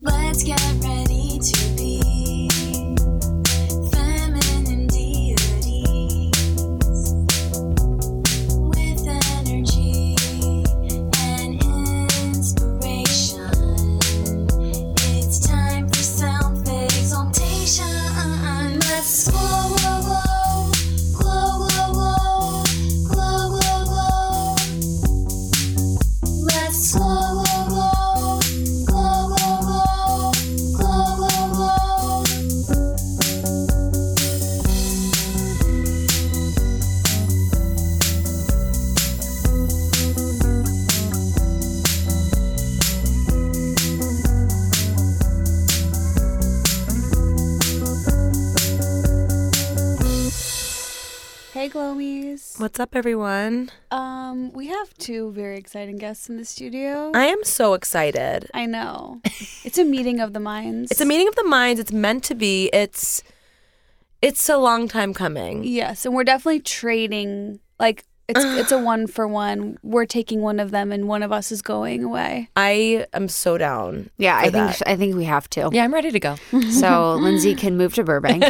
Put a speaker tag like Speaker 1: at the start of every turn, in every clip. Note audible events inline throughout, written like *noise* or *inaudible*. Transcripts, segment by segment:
Speaker 1: Let's get ready to be feminine deities with energy and inspiration. It's time for self exaltation. Let's glow, glow, glow, glow, glow, glow, glow, glow, glow. Let's glow, glow, glow, glow, glow, glow, glow, glow, glow.
Speaker 2: Hey, Glomies.
Speaker 3: What's up, everyone?
Speaker 2: Um, we have two very exciting guests in the studio.
Speaker 3: I am so excited.
Speaker 2: I know. It's a meeting of the minds.
Speaker 3: It's a meeting of the minds. It's meant to be. It's it's a long time coming.
Speaker 2: Yes, and we're definitely trading. Like it's it's a one for one. We're taking one of them, and one of us is going away.
Speaker 3: I am so down.
Speaker 4: Yeah, I
Speaker 3: for
Speaker 4: think
Speaker 3: that.
Speaker 4: sh I think we have to.
Speaker 2: *laughs*
Speaker 5: Yeah, I'm ready to go.
Speaker 4: So Lindsay can move to Burbank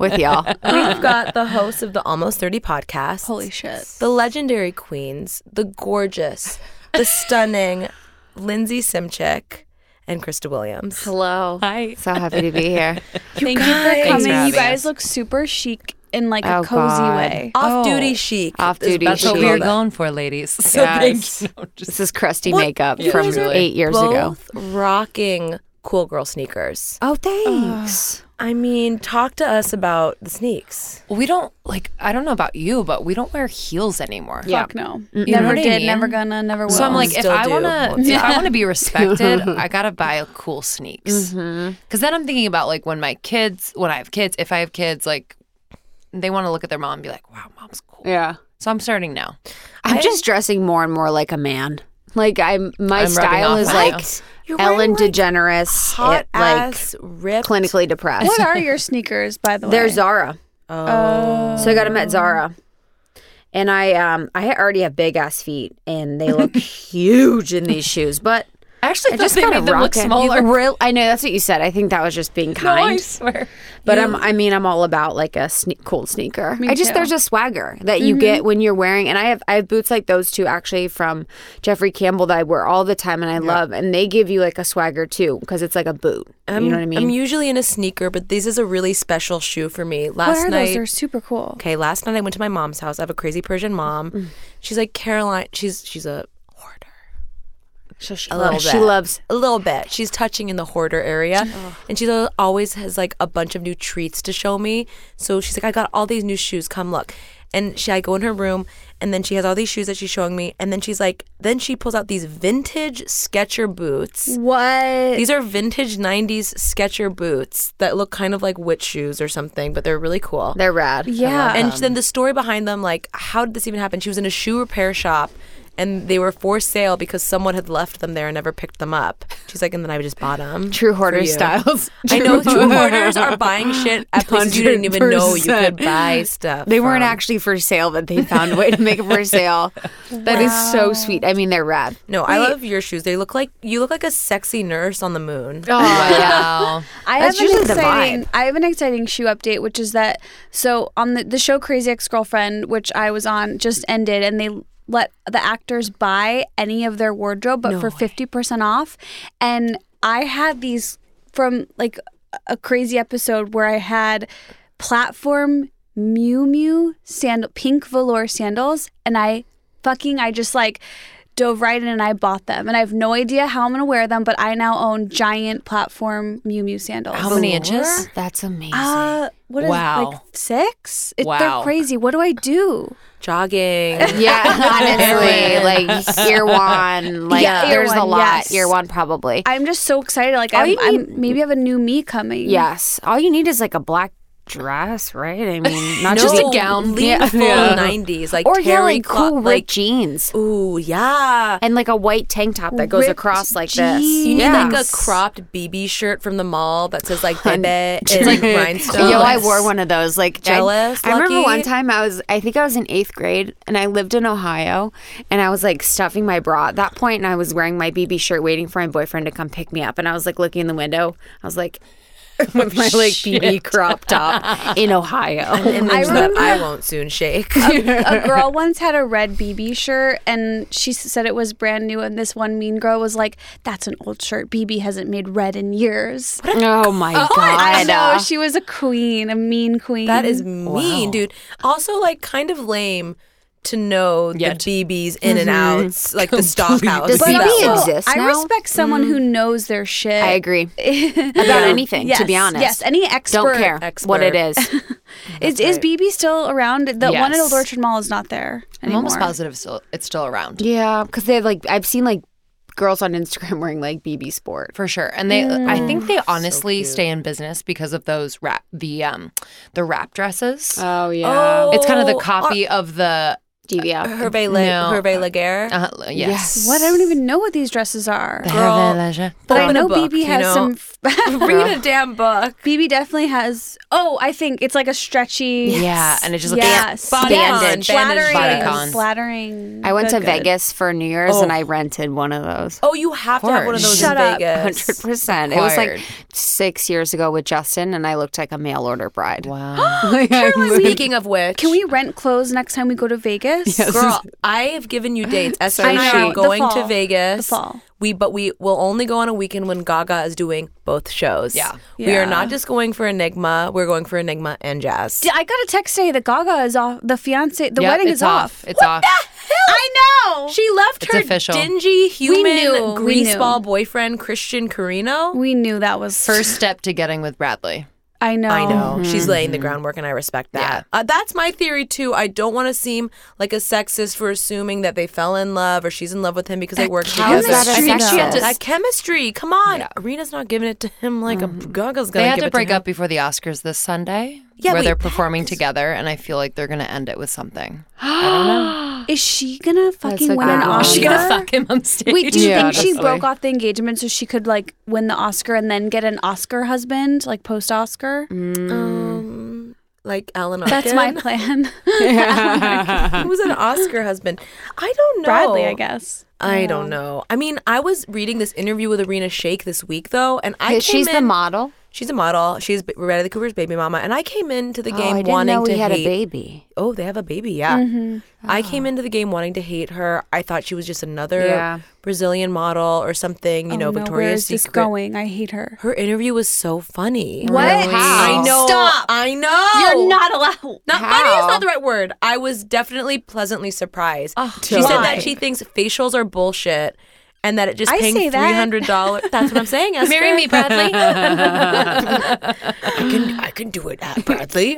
Speaker 4: with y'all.
Speaker 3: We've got the host of the Almost 30 podcast.
Speaker 2: Holy shit!
Speaker 3: The legendary queens, the gorgeous, the stunning Lindsay Simchick and Krista Williams.
Speaker 4: Hello.
Speaker 5: Hi.
Speaker 4: So happy to be
Speaker 2: *laughs*
Speaker 4: here.
Speaker 2: Thank you
Speaker 3: guys.
Speaker 2: for
Speaker 3: Thanks for
Speaker 2: coming. you
Speaker 3: having
Speaker 2: guys
Speaker 3: us.
Speaker 2: look super chic in like a
Speaker 4: Oh,
Speaker 2: cozy
Speaker 4: God.
Speaker 2: way.
Speaker 3: Off duty chic. is-
Speaker 4: Off-duty
Speaker 3: that's
Speaker 5: So
Speaker 3: what
Speaker 4: chic.
Speaker 3: we
Speaker 5: we're
Speaker 3: are going.
Speaker 5: going for, ladies. So
Speaker 4: Yes.
Speaker 5: thank you. No, just-
Speaker 4: This is crusty
Speaker 3: What?
Speaker 4: makeup
Speaker 3: You
Speaker 4: from
Speaker 3: guys are
Speaker 4: eight years ago.
Speaker 3: both rocking cool girl sneakers.
Speaker 4: Oh, thanks.
Speaker 3: I mean, talk to us about the sneaks.
Speaker 5: *laughs* we don't like. I don't know about you, but we don't wear heels anymore.
Speaker 4: Yeah.
Speaker 2: Oh, Fuck no.
Speaker 5: You know
Speaker 2: Never
Speaker 5: what I
Speaker 2: did.
Speaker 5: mean?
Speaker 2: Never gonna. Never will.
Speaker 5: So I'm like, if
Speaker 3: Still
Speaker 5: I
Speaker 3: do.
Speaker 5: wanna,
Speaker 3: Won't
Speaker 5: if I wanna be *laughs* respected, I gotta buy cool sneaks. Because then I'm thinking about like when my kids, when I have kids, if I have kids, like they want to look at their mom and be like, "Wow, mom's cool."
Speaker 4: Yeah.
Speaker 5: So I'm starting now.
Speaker 4: I'm just dressing more and more like a man. Like I'm my
Speaker 5: I'm rubbing
Speaker 4: style
Speaker 5: off
Speaker 4: is
Speaker 5: on
Speaker 4: like
Speaker 3: You're
Speaker 4: Ellen
Speaker 3: wearing, like,
Speaker 4: DeGeneres,
Speaker 3: Hot
Speaker 4: it, like
Speaker 3: ass, ripped.
Speaker 4: clinically depressed.
Speaker 2: what are your sneakers, by the way?
Speaker 4: They're Zara.
Speaker 3: Oh.
Speaker 4: So I got them at Zara. And I um I already have big ass feet and
Speaker 3: *laughs*
Speaker 4: they look huge in these shoes, but
Speaker 5: I actually
Speaker 4: I
Speaker 5: thought
Speaker 4: just
Speaker 5: they
Speaker 4: kind
Speaker 5: made
Speaker 4: of
Speaker 5: them look
Speaker 4: rock it.
Speaker 5: smaller.
Speaker 4: You real- I know that's what you said. I think that was just being
Speaker 5: No, I
Speaker 4: kind.
Speaker 5: swear.
Speaker 4: but I'm, I mean, I'm all about like a sne- cool sneaker.
Speaker 2: Me
Speaker 4: I just
Speaker 2: too.
Speaker 4: there's a swagger that you get when you're wearing, and I have I have boots like those too, actually from Jeffrey Campbell that I wear all the time and I love, and they give you like a swagger too because it's like a boot.
Speaker 3: I'm,
Speaker 4: you know what I
Speaker 3: am
Speaker 4: mean?
Speaker 3: usually in a sneaker, but this is a really special shoe for me. Last
Speaker 2: what are
Speaker 3: night,
Speaker 2: those? They're super cool.
Speaker 3: okay, last night I went to my mom's house. I have a crazy Persian mom. She's like Caroline. She's she's a hoarder,
Speaker 4: so she,
Speaker 3: a little
Speaker 4: she
Speaker 3: bit.
Speaker 4: loves.
Speaker 3: a little bit. She's touching in the hoarder area, and she al- always has like a bunch of new treats to show me. So she's like, I got all these new shoes. Come look. And she, I go in her room, and then she has all these shoes that she's showing me, and then she's like, then she pulls out these vintage Sketcher boots.
Speaker 4: What?
Speaker 3: These are vintage 90s Sketcher boots that look kind of like witch shoes or something, but they're really cool.
Speaker 4: They're rad.
Speaker 2: Yeah.
Speaker 3: and
Speaker 4: Um,
Speaker 3: then the story behind them, like, how did this even happen? She was in a shoe repair shop and they were for sale because someone had left them there and never picked them up. She's like, and then I just bought them.
Speaker 4: True hoarder styles.
Speaker 3: I know true hoarders are buying shit at places you didn't even know you could
Speaker 4: *laughs* 100%.
Speaker 3: buy stuff.
Speaker 4: They weren't
Speaker 3: from.
Speaker 4: actually for sale, but they found a way to make it for sale. That is so sweet. I mean, they're rad.
Speaker 3: No, I love your shoes. They look like you look like a sexy nurse on the moon.
Speaker 5: *laughs* *laughs* Wow.
Speaker 2: I
Speaker 4: That's
Speaker 2: have an
Speaker 4: usually the
Speaker 2: exciting, I have an exciting shoe update, which is that so on the the show Crazy Ex Girlfriend, which I was on, just ended, and they let the actors buy any of their wardrobe, but for fifty percent off. And I had these from like a crazy episode where I had platform Mew Mew sandal, pink velour sandals, and I fucking I just like dove right in and I bought them. And I have no idea how I'm gonna wear them, but I now own giant platform Mew Mew sandals.
Speaker 5: How many inches?
Speaker 4: That's amazing.
Speaker 2: Uh, what is
Speaker 5: Wow.
Speaker 2: like six? It, They're
Speaker 5: Wow.
Speaker 2: crazy. What do I do?
Speaker 3: Jogging.
Speaker 4: yeah, honestly, *laughs* like year one, like
Speaker 2: Yeah.
Speaker 4: there's
Speaker 2: Year
Speaker 4: a
Speaker 2: one,
Speaker 4: lot.
Speaker 2: yes.
Speaker 4: Year one, probably.
Speaker 2: I'm just so excited. Like
Speaker 4: All
Speaker 2: I'm,
Speaker 4: you
Speaker 2: I'm maybe I have a new me coming.
Speaker 4: yes, all you need is like a black dress, right? I mean, not *laughs*
Speaker 5: No,
Speaker 4: just a
Speaker 5: lean gown.
Speaker 3: lean
Speaker 4: Yeah.
Speaker 3: full
Speaker 4: Yeah.
Speaker 3: '90s, like
Speaker 4: or yeah,
Speaker 3: Terry
Speaker 4: like
Speaker 3: Cloth,
Speaker 4: cool ripped
Speaker 3: like
Speaker 4: jeans
Speaker 3: ooh yeah.
Speaker 4: and like a white tank top that goes
Speaker 2: Ripped
Speaker 4: across like
Speaker 2: jeans.
Speaker 4: this.
Speaker 3: You need
Speaker 4: yeah.
Speaker 3: like a cropped BB shirt from the mall that says like Bebe and like rhinestone.
Speaker 4: Yo, I wore one of those. Like I-
Speaker 3: Jealous,
Speaker 4: I, remember
Speaker 3: lucky?
Speaker 4: one time I was, I think I was in eighth grade, and I lived in Ohio, and I was like stuffing my bra at that point, and I was wearing my BB shirt, waiting for my boyfriend to come pick me up, and I was like looking in the window. I was like. *laughs* With my like BB crop top
Speaker 3: *laughs*
Speaker 4: in
Speaker 3: *laughs*
Speaker 4: Ohio,
Speaker 3: And
Speaker 2: I
Speaker 3: then that I
Speaker 2: remember-
Speaker 3: won't soon
Speaker 2: *laughs*
Speaker 3: shake.
Speaker 2: a girl once had a red BB shirt and she s- said it was brand new. And this one mean girl was like, That's an old shirt. BB hasn't made red in years.
Speaker 4: oh my god!
Speaker 2: I know. She was a queen, a mean queen.
Speaker 3: That is mean, dude. Also, like, kind of lame to know
Speaker 5: Yet.
Speaker 3: the BBs in and outs, like the stock house.
Speaker 4: Does
Speaker 3: and
Speaker 4: BB
Speaker 3: stuff.
Speaker 4: exist? exists
Speaker 2: Mm-hmm. I
Speaker 4: now?
Speaker 2: respect someone who knows their shit.
Speaker 4: I agree about anything.
Speaker 2: Yes,
Speaker 4: to be honest,
Speaker 2: Yes, any expert.
Speaker 4: don't care what it is.
Speaker 2: Is, is BB still around? The one at
Speaker 5: Yes.
Speaker 2: Old Orchard Mall is not there
Speaker 5: I'm
Speaker 2: anymore.
Speaker 5: almost positive still it's still around
Speaker 4: yeah, because they have like I've seen like girls on Instagram wearing like BB sport.
Speaker 5: for sure. And they, I think they honestly stay in business because of those wrap the um the wrap dresses.
Speaker 4: Oh
Speaker 3: Oh,
Speaker 5: it's kind of the copy of the
Speaker 4: DVF.
Speaker 3: Hervé, Le-
Speaker 5: No.
Speaker 3: Hervé Laguerre.
Speaker 5: uh, yes.
Speaker 2: What? I don't even know what these dresses are.
Speaker 5: The
Speaker 3: Girl.
Speaker 5: Hervé Leger.
Speaker 2: But I
Speaker 3: Open a
Speaker 2: know
Speaker 3: book,
Speaker 2: BB
Speaker 3: you
Speaker 2: has
Speaker 3: know?
Speaker 2: some.
Speaker 3: *laughs*
Speaker 2: *laughs*
Speaker 3: Read a damn book.
Speaker 2: BB definitely has. Oh, I think it's like a stretchy.
Speaker 5: Yeah, and it just looks
Speaker 2: yes,
Speaker 3: Body
Speaker 2: yes.
Speaker 3: con,
Speaker 2: flattering,
Speaker 5: bandage con.
Speaker 2: flattering.
Speaker 4: I went
Speaker 2: Good,
Speaker 4: to
Speaker 2: good.
Speaker 4: Vegas for New Year's and I rented one of those.
Speaker 3: Oh, you have to have one of those
Speaker 2: Shut
Speaker 3: in
Speaker 2: up.
Speaker 3: Vegas.
Speaker 4: Hundred percent. It was like
Speaker 5: Acquired.
Speaker 4: six years ago with Justin, and I looked like a mail order bride.
Speaker 5: wow.
Speaker 3: *gasps* Speaking of which,
Speaker 2: Can we rent clothes next time we go to Vegas?
Speaker 3: Girl, I have given you dates. Esther and
Speaker 2: I
Speaker 3: I
Speaker 2: know,
Speaker 3: are
Speaker 2: the
Speaker 3: going to
Speaker 2: fall.
Speaker 3: Vegas.
Speaker 2: The fall.
Speaker 3: We but we will only go on a weekend when Gaga is doing both shows.
Speaker 5: Yeah.
Speaker 3: We
Speaker 2: Yeah.
Speaker 3: are not just going for Enigma. We're going for Enigma and Jazz.
Speaker 2: I got a text today that Gaga is off. The fiance, the
Speaker 5: Yep,
Speaker 2: wedding
Speaker 5: it's
Speaker 2: is off.
Speaker 5: It's off.
Speaker 2: I know.
Speaker 3: She left
Speaker 5: It's
Speaker 3: her
Speaker 5: official.
Speaker 3: dingy
Speaker 2: knew,
Speaker 3: human
Speaker 2: we
Speaker 3: greaseball
Speaker 2: knew.
Speaker 3: boyfriend Christian Carino.
Speaker 2: we knew that was
Speaker 5: *laughs* First step to getting with Bradley.
Speaker 2: I know.
Speaker 3: I know she's laying the groundwork, and I respect that. Uh, that's my theory too. I don't want to seem like a sexist for assuming that they fell in love or she's in love with him because they worked
Speaker 4: How
Speaker 3: together.
Speaker 4: is that
Speaker 2: Chemistry,
Speaker 4: a
Speaker 2: though.
Speaker 4: sexist?
Speaker 2: Just-
Speaker 3: that chemistry. Come on, Arena's not giving it to him like a Gaga's gonna.
Speaker 5: They had
Speaker 3: give
Speaker 5: to
Speaker 3: it
Speaker 5: break
Speaker 3: to him.
Speaker 5: up before the Oscars this Sunday,
Speaker 3: Yeah,
Speaker 5: where
Speaker 3: wait,
Speaker 5: they're
Speaker 3: that
Speaker 5: performing together, and I feel like they're going to end it with
Speaker 3: *gasps*
Speaker 5: something.
Speaker 2: Is she gonna fucking
Speaker 4: a
Speaker 2: win
Speaker 4: good
Speaker 2: an
Speaker 4: one.
Speaker 2: Oscar?
Speaker 4: Is she
Speaker 5: gonna fuck him on stage?
Speaker 2: Wait, do you
Speaker 4: Yeah,
Speaker 2: think she
Speaker 5: honestly.
Speaker 2: broke off the engagement so she could like win the Oscar and then get an Oscar husband, like post Oscar?
Speaker 3: Um, like Alan Arkin.
Speaker 2: That's my plan.
Speaker 3: *laughs* Who was an Oscar husband? I don't know.
Speaker 2: Bradley, I guess.
Speaker 3: I don't know. I mean, I was reading this interview with Arena Shake this week though, and I came
Speaker 4: She's the
Speaker 3: in-
Speaker 4: model.
Speaker 3: She's a model. She's B- Bradley Cooper's baby mama, and I came into the
Speaker 4: oh, I
Speaker 3: game
Speaker 4: didn't
Speaker 3: wanting
Speaker 4: know we
Speaker 3: to
Speaker 4: had
Speaker 3: hate.
Speaker 4: a baby.
Speaker 3: Oh, they have a baby. Yeah. I came into the game wanting to hate her. I thought she was just another
Speaker 4: Yeah.
Speaker 3: Brazilian model or something. You know,
Speaker 2: Oh, where
Speaker 3: Victoria's
Speaker 2: is this
Speaker 3: Secret.
Speaker 2: going? I hate her.
Speaker 3: Her interview was so funny.
Speaker 2: What?
Speaker 4: How?
Speaker 3: I know.
Speaker 2: Stop.
Speaker 3: I know.
Speaker 2: You're not allowed.
Speaker 3: Not funny is
Speaker 4: How?
Speaker 3: not the right word. I was definitely pleasantly surprised. she
Speaker 2: why?
Speaker 3: said that she thinks facials are bullshit and that it just
Speaker 2: I
Speaker 3: paying
Speaker 2: say
Speaker 3: three
Speaker 2: that.
Speaker 3: hundred dollars. That's what I'm saying. Esther.
Speaker 5: Marry me, Bradley.
Speaker 3: I can I can do it, uh, Bradley.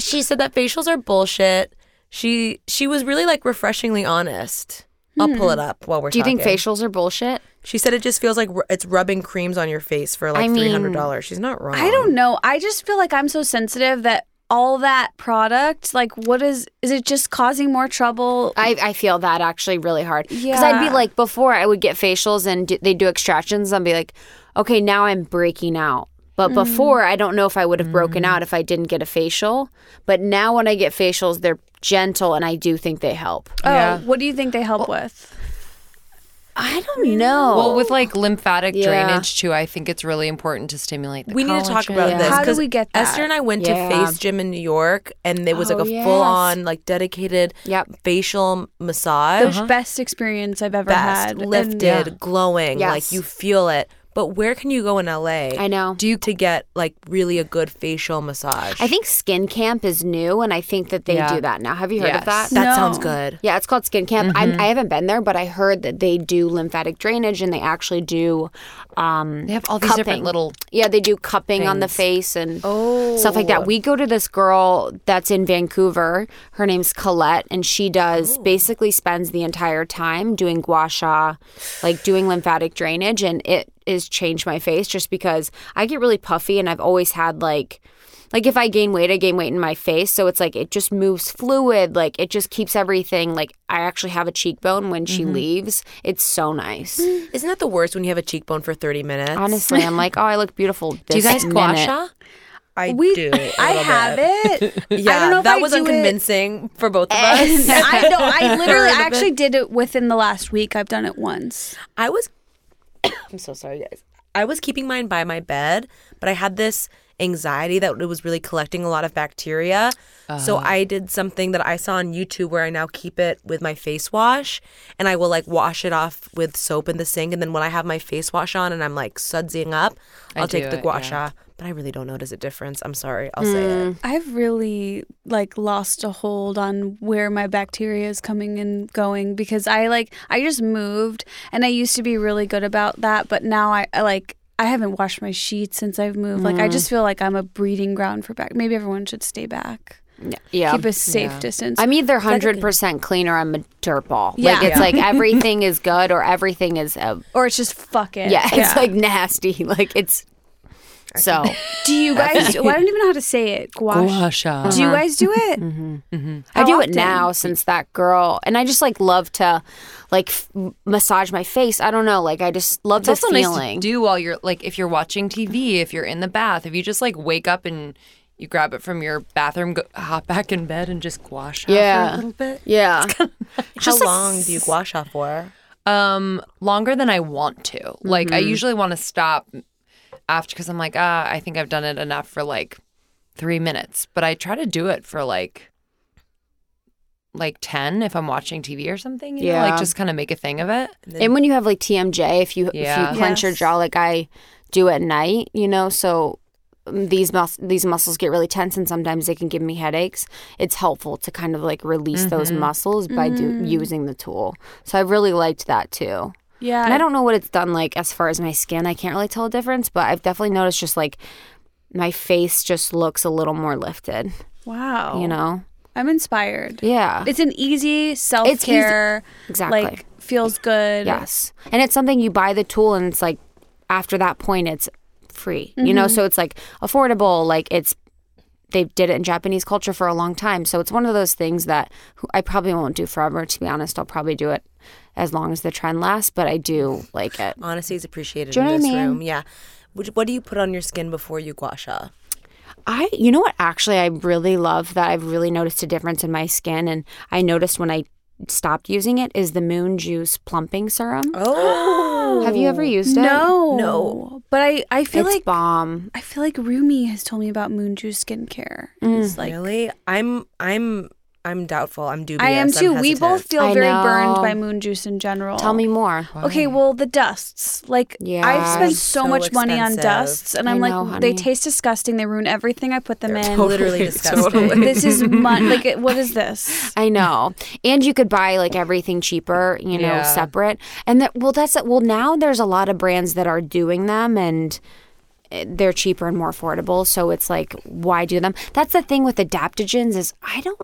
Speaker 3: she said that facials are bullshit. She she was really like refreshingly honest. I'll pull it up while we're.
Speaker 4: Do you think
Speaker 3: talking.
Speaker 4: facials are bullshit?
Speaker 3: She said it just feels like r- it's rubbing creams on your face for like
Speaker 4: I mean-
Speaker 3: three hundred dollars. She's not wrong.
Speaker 2: I don't know. I just feel like I'm so sensitive that all that product, like, what is, is it just causing more trouble?
Speaker 4: I, I feel that actually really hard because I'd be
Speaker 2: Yeah.
Speaker 4: like before I would get facials and do, they do extractions. I'd be like, okay, now I'm breaking out. But before, I don't know if I would have broken out if I didn't get a facial. But now when I get facials, they're gentle and I do think they help.
Speaker 2: oh, what do you think they help with?
Speaker 4: I don't know.
Speaker 5: well, with like lymphatic
Speaker 4: Yeah.
Speaker 5: drainage too, I think it's really important to stimulate the
Speaker 3: We need to talk
Speaker 5: collagen.
Speaker 3: about
Speaker 4: Yeah.
Speaker 3: this.
Speaker 2: How do
Speaker 3: 'cause
Speaker 2: we get that?
Speaker 3: Esther and I went
Speaker 4: Yeah.
Speaker 3: to Face Gym in New York, and there was
Speaker 4: Oh,
Speaker 3: like a
Speaker 4: yes.
Speaker 3: full on, like dedicated
Speaker 4: Yep.
Speaker 3: facial massage.
Speaker 2: Best experience I've ever
Speaker 3: Best,
Speaker 2: had. And-
Speaker 3: lifted, glowing,
Speaker 4: Yes.
Speaker 3: like you feel it. But where can you go in LA?
Speaker 4: I know.
Speaker 3: Do you to get like really a good facial massage?
Speaker 4: I think Skin Camp is new, and I think that they
Speaker 5: Yeah.
Speaker 4: do that now. Have you heard
Speaker 5: Yes.
Speaker 4: of that?
Speaker 3: that
Speaker 2: No.
Speaker 3: sounds good.
Speaker 4: *laughs* Yeah, it's called Skin Camp. I'm, I haven't been there, but I heard that they do lymphatic drainage and they actually do. Um,
Speaker 5: They have all these different
Speaker 4: Cupping.
Speaker 5: little. Oh.
Speaker 4: yeah, they do cupping on the face and stuff like that. We go to this girl that's in Vancouver. Her name's Colette, and she
Speaker 5: Oh.
Speaker 4: does basically spends the entire time doing gua sha, like doing lymphatic drainage, and it is change my face just because I get really puffy and I've always had like like if I gain weight, I gain weight in my face. So it's like it just moves fluid. Like it just keeps everything. Like I actually have a cheekbone when
Speaker 5: Mm-hmm.
Speaker 4: she leaves. It's so nice.
Speaker 3: Isn't that the worst when you have a cheekbone for 30 minutes?
Speaker 4: Honestly, I'm like, oh, I look beautiful.
Speaker 5: Do you
Speaker 4: this
Speaker 5: guys gua
Speaker 4: minute.
Speaker 5: sha?
Speaker 3: I
Speaker 2: We,
Speaker 3: do.
Speaker 2: I have it.
Speaker 4: *laughs*
Speaker 3: Yeah,
Speaker 2: I don't know if
Speaker 3: that
Speaker 2: I
Speaker 3: was
Speaker 2: do it-
Speaker 3: unconvincing for both of *laughs* us.
Speaker 2: *laughs* I know.
Speaker 4: *laughs*
Speaker 2: I literally I actually did it within the last week. I've done it once.
Speaker 3: I was *coughs* I'm so sorry guys. I was keeping mine by my bed, but I had this anxiety that it was really collecting a lot of bacteria. So I did something that I saw on YouTube where I now keep it with my face wash and I will like wash it off with soap in the sink and then when I have my face wash on and I'm like sudsing up, I'll
Speaker 5: do
Speaker 3: take the
Speaker 5: it,
Speaker 3: gua
Speaker 5: yeah.
Speaker 3: sha. But I really don't notice a difference. I'm sorry. I'll say it.
Speaker 2: I've really like lost a hold on where my bacteria is coming and going because I like I just moved and I used to be really good about that, but now I, I like I haven't washed my sheets since I've moved. Like
Speaker 4: Mm.
Speaker 2: I just feel like I'm a breeding ground for back. Maybe everyone should stay back.
Speaker 4: Yeah.
Speaker 2: Keep a safe distance.
Speaker 4: I'm either hundred percent clean or I'm a dirt ball.
Speaker 2: Yeah.
Speaker 4: Like it's
Speaker 2: Yeah.
Speaker 4: like everything is good or everything is uh,
Speaker 2: or it's just fuck it.
Speaker 4: yeah, it's like nasty. *laughs* Like it's
Speaker 5: *laughs*
Speaker 4: so
Speaker 2: Do you guys? well, I don't even know how to say it. Gouache.
Speaker 5: sha.
Speaker 2: Do you
Speaker 3: Uh-huh.
Speaker 2: guys do it? mm-hmm.
Speaker 4: I do it now since that girl and I just like love to like f- massage my face. I don't know, like I just love
Speaker 5: It's
Speaker 4: the
Speaker 5: also nice
Speaker 4: feeling.
Speaker 5: to do while you're like if you're watching TV, if you're in the bath, if you just like wake up and you grab it from your bathroom, go, hop back in bed and just gua sha for
Speaker 4: Yeah.
Speaker 5: a little bit.
Speaker 4: yeah.
Speaker 3: How long do you gua sha for?
Speaker 5: Um, longer than I want to. Like I usually want to stop after because I'm like, ah, I think I've done it enough for like three minutes. But I try to do it for like like ten if I'm watching TV or something. You know?
Speaker 4: Yeah.
Speaker 5: like just kind of make a thing of it.
Speaker 4: And when you have like TMJ, if you if
Speaker 5: Yeah.
Speaker 4: you clench your
Speaker 2: Yes.
Speaker 4: jaw like I do at night, you know, so um, these mus- these muscles get really tense and sometimes they can give me headaches. It's helpful to kind of like release those muscles by do- using the tool. So I really liked that too.
Speaker 2: *laughs* Yeah.
Speaker 4: And I don't know what it's done like as far as my skin. I can't really tell a difference, but I've definitely noticed just like my face just looks a little more lifted,
Speaker 2: Wow.
Speaker 4: you know.
Speaker 2: I'm inspired.
Speaker 4: Yeah.
Speaker 2: It's an easy self care.
Speaker 4: Exactly.
Speaker 2: Like feels good.
Speaker 4: Yes. And it's something you buy the tool and it's like after that point it's free. You know, so it's like affordable, like it's they did it in Japanese culture for a long time. So it's one of those things that who- I probably won't do forever to be honest. I'll probably do it as long as the trend lasts, but I do like it.
Speaker 3: Honesty is appreciated
Speaker 4: you
Speaker 3: in
Speaker 4: know what I
Speaker 3: this
Speaker 4: mean?
Speaker 3: room. Yeah. Would- What do you put on your skin before you gua sha?
Speaker 4: I you know what actually I really love that I've really noticed a difference in my skin and I noticed when I stopped using it is the moon juice plumping serum.
Speaker 3: Oh.
Speaker 4: Have you ever used it?
Speaker 2: No. No. But I, I feel
Speaker 4: It's
Speaker 2: like
Speaker 4: bomb.
Speaker 2: I feel like Rumi has told me about Moon Juice skincare.
Speaker 4: Mm.
Speaker 2: It's like
Speaker 3: really? I'm I'm I'm doubtful. I'm dubious.
Speaker 2: I am
Speaker 3: I'm
Speaker 2: too. We
Speaker 3: hesitant. *laughs*
Speaker 2: both feel
Speaker 4: I
Speaker 2: very
Speaker 4: know.
Speaker 2: burned by Moon Juice in general.
Speaker 4: Tell me more.
Speaker 2: Okay, well the dusts. Like I've
Speaker 4: Yeah.
Speaker 2: spent so,
Speaker 3: So
Speaker 2: much money on
Speaker 3: expensive.
Speaker 2: dusts and I'm
Speaker 4: I
Speaker 2: like
Speaker 4: know,
Speaker 2: they
Speaker 4: honey.
Speaker 2: taste disgusting. They ruin everything I put them
Speaker 3: *laughs*
Speaker 4: *laughs*
Speaker 2: in.
Speaker 3: literally disgusting.
Speaker 2: *laughs* This
Speaker 3: *laughs*
Speaker 2: is mon- like it- what is this?
Speaker 4: *laughs* I know. And you could buy like everything cheaper, you know,
Speaker 5: Yeah.
Speaker 4: separate. And that well that's well now there's a lot of brands that are doing them and eh, they're cheaper and more affordable, so it's like why do them? That's the thing with adaptogens is I don't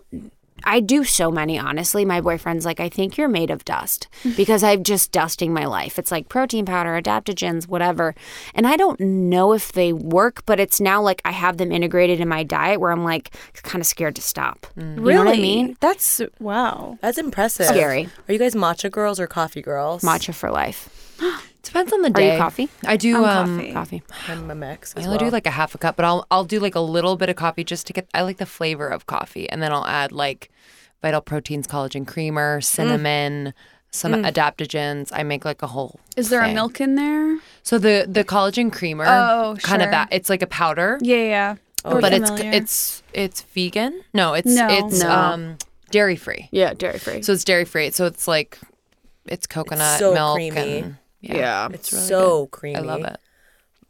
Speaker 4: I do so many honestly. My boyfriend's like I think you're made of dust because I'm just dusting my life. It's like protein powder, adaptogens, whatever. And I don't know if they work, but it's now like I have them integrated in my diet where I'm like kind of scared to stop.
Speaker 2: Really?
Speaker 4: You know what I mean?
Speaker 2: That's wow.
Speaker 3: That's impressive.
Speaker 4: Scary.
Speaker 3: Are you guys matcha girls or coffee girls?
Speaker 4: Matcha for life.
Speaker 5: Depends on the
Speaker 4: Are you
Speaker 5: day.
Speaker 4: coffee?
Speaker 5: I
Speaker 2: I'm
Speaker 5: do. um,
Speaker 2: coffee.
Speaker 4: Coffee.
Speaker 3: I'm a mix.
Speaker 5: I
Speaker 3: as
Speaker 5: only do
Speaker 3: well.
Speaker 5: like a half a cup, but I'll I'll do like a little bit of coffee just to get. I like the flavor of coffee, and then I'll add like Vital Proteins collagen creamer,
Speaker 2: Mm.
Speaker 5: cinnamon, some adaptogens. I make like a whole.
Speaker 2: Is there a
Speaker 5: thing.
Speaker 2: milk in there?
Speaker 5: So the the collagen creamer,
Speaker 2: Oh,
Speaker 5: kind
Speaker 2: sure.
Speaker 5: of that. It's like a powder,
Speaker 2: Yeah, yeah.
Speaker 4: Oh,
Speaker 2: We're
Speaker 5: but it's
Speaker 2: familiar.
Speaker 5: it's it's vegan. No, it's
Speaker 2: No.
Speaker 5: it's
Speaker 4: No.
Speaker 5: um dairy free.
Speaker 4: Yeah, dairy free.
Speaker 5: So it's dairy free. So it's like it's coconut
Speaker 3: so
Speaker 5: milk
Speaker 3: creamy.
Speaker 5: and yeah,
Speaker 3: It's
Speaker 5: really
Speaker 3: so creamy.
Speaker 5: good. I love it.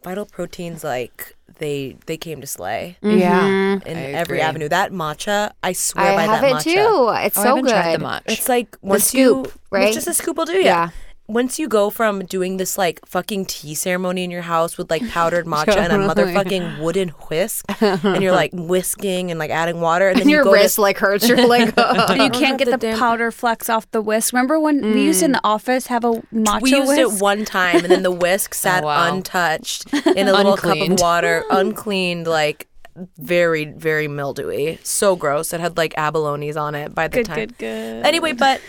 Speaker 3: Vital proteins, like they they came to slay
Speaker 5: Mm-hmm. Yeah,
Speaker 3: in
Speaker 5: I
Speaker 3: every
Speaker 5: agree.
Speaker 3: avenue. That matcha, I swear
Speaker 4: I
Speaker 3: by
Speaker 4: have
Speaker 3: that
Speaker 4: it
Speaker 3: matcha.
Speaker 4: too. It's
Speaker 5: Oh, I
Speaker 4: so
Speaker 5: haven't
Speaker 4: good.
Speaker 5: tried the match.
Speaker 3: It's like once
Speaker 4: scoop,
Speaker 3: you,
Speaker 4: right?
Speaker 3: It's just a scoop will do. Yeah.
Speaker 4: Yeah.
Speaker 3: once you go from doing this like fucking tea ceremony in your house with like powdered matcha and a
Speaker 4: Totally.
Speaker 3: motherfucking wooden whisk, and you're like whisking and like adding water, and then you
Speaker 4: Your
Speaker 3: go to-
Speaker 4: wrist like hurts.
Speaker 3: *laughs*
Speaker 4: You're like,
Speaker 2: And you can't get the,
Speaker 3: damn-
Speaker 2: powder flecks off the whisk. Remember when we used to in
Speaker 4: Mm.
Speaker 2: the office have a matcha
Speaker 3: we used
Speaker 2: whisk?
Speaker 3: it one time, and then the whisk sat
Speaker 5: wow.
Speaker 3: untouched in a little cup of
Speaker 5: Uncleaned.
Speaker 3: water, uncleaned, like very very mildewy, so gross. It had like abalones on it by the
Speaker 2: Good,
Speaker 3: time.
Speaker 2: good, good.
Speaker 3: Anyway, but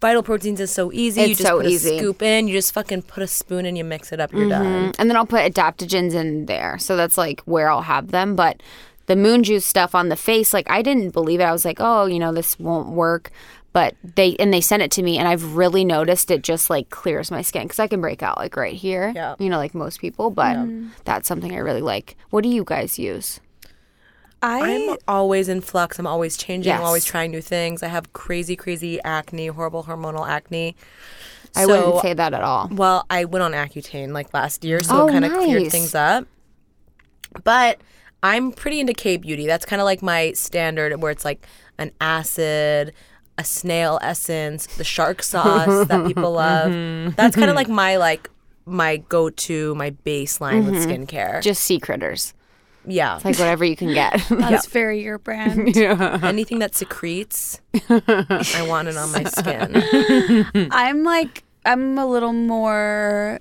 Speaker 3: vital proteins is so easy. you
Speaker 4: Uh, It's
Speaker 3: just
Speaker 4: so
Speaker 3: put
Speaker 4: easy. Mm-hmm.
Speaker 3: a scoop in. You just fucking put a spoon in. You mix it up. You're done.
Speaker 4: and then I'll put adaptogens in there. So that's like where I'll have them. But the moon juice stuff on the face, like I didn't believe it. I was like, oh, you know, this won't work. But they and they sent it to me, and I've really noticed it just like clears my skin because I can break out like right here,
Speaker 3: Yeah.
Speaker 4: you know, like most people. But that's something I really like. What do you guys use?
Speaker 3: I'm always in flux. I'm always changing. I'm always
Speaker 4: Yes.
Speaker 3: trying new things. I have crazy, crazy acne, horrible hormonal acne.
Speaker 4: I
Speaker 3: So-
Speaker 4: wouldn't say that at all.
Speaker 3: Well, I went on Accutane like last year, so
Speaker 4: Oh,
Speaker 3: it kind of cleared
Speaker 4: nice.
Speaker 3: things up. But I'm pretty into K beauty. That's kind of like my standard, where it's like an acid, a snail essence, the shark sauce that people love. That's kind of like my like my go to, my baseline with skincare.
Speaker 4: Just sea critters,
Speaker 3: yeah,
Speaker 5: *laughs*
Speaker 4: like whatever you can get. *laughs*
Speaker 2: That's very your brand.
Speaker 3: anything that secretes, I want it on my skin.
Speaker 4: Mm.
Speaker 2: I'm like I'm a little more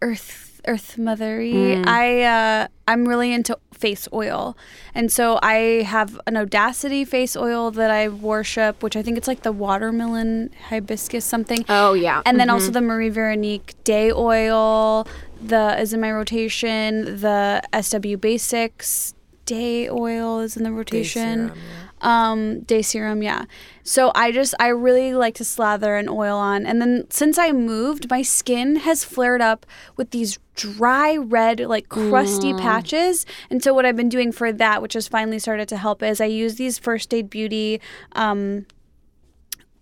Speaker 2: earth earth mothery.
Speaker 4: Mm.
Speaker 2: I uh I'm really into face oil. And so I have an Audacity face oil that I worship, which I think it's like the watermelon hibiscus something.
Speaker 4: oh yeah,
Speaker 2: And then also the Marie Veronique day oil, the is in my rotation, the SW Basics day oil is in the rotation.
Speaker 3: serum,
Speaker 2: Um day serum, yeah. So I just I really like to slather an oil on. And then since I moved, my skin has flared up with these dry red like crusty
Speaker 3: Mm.
Speaker 2: patches. And so what I've been doing for that, which has finally started to help is I use these first aid beauty um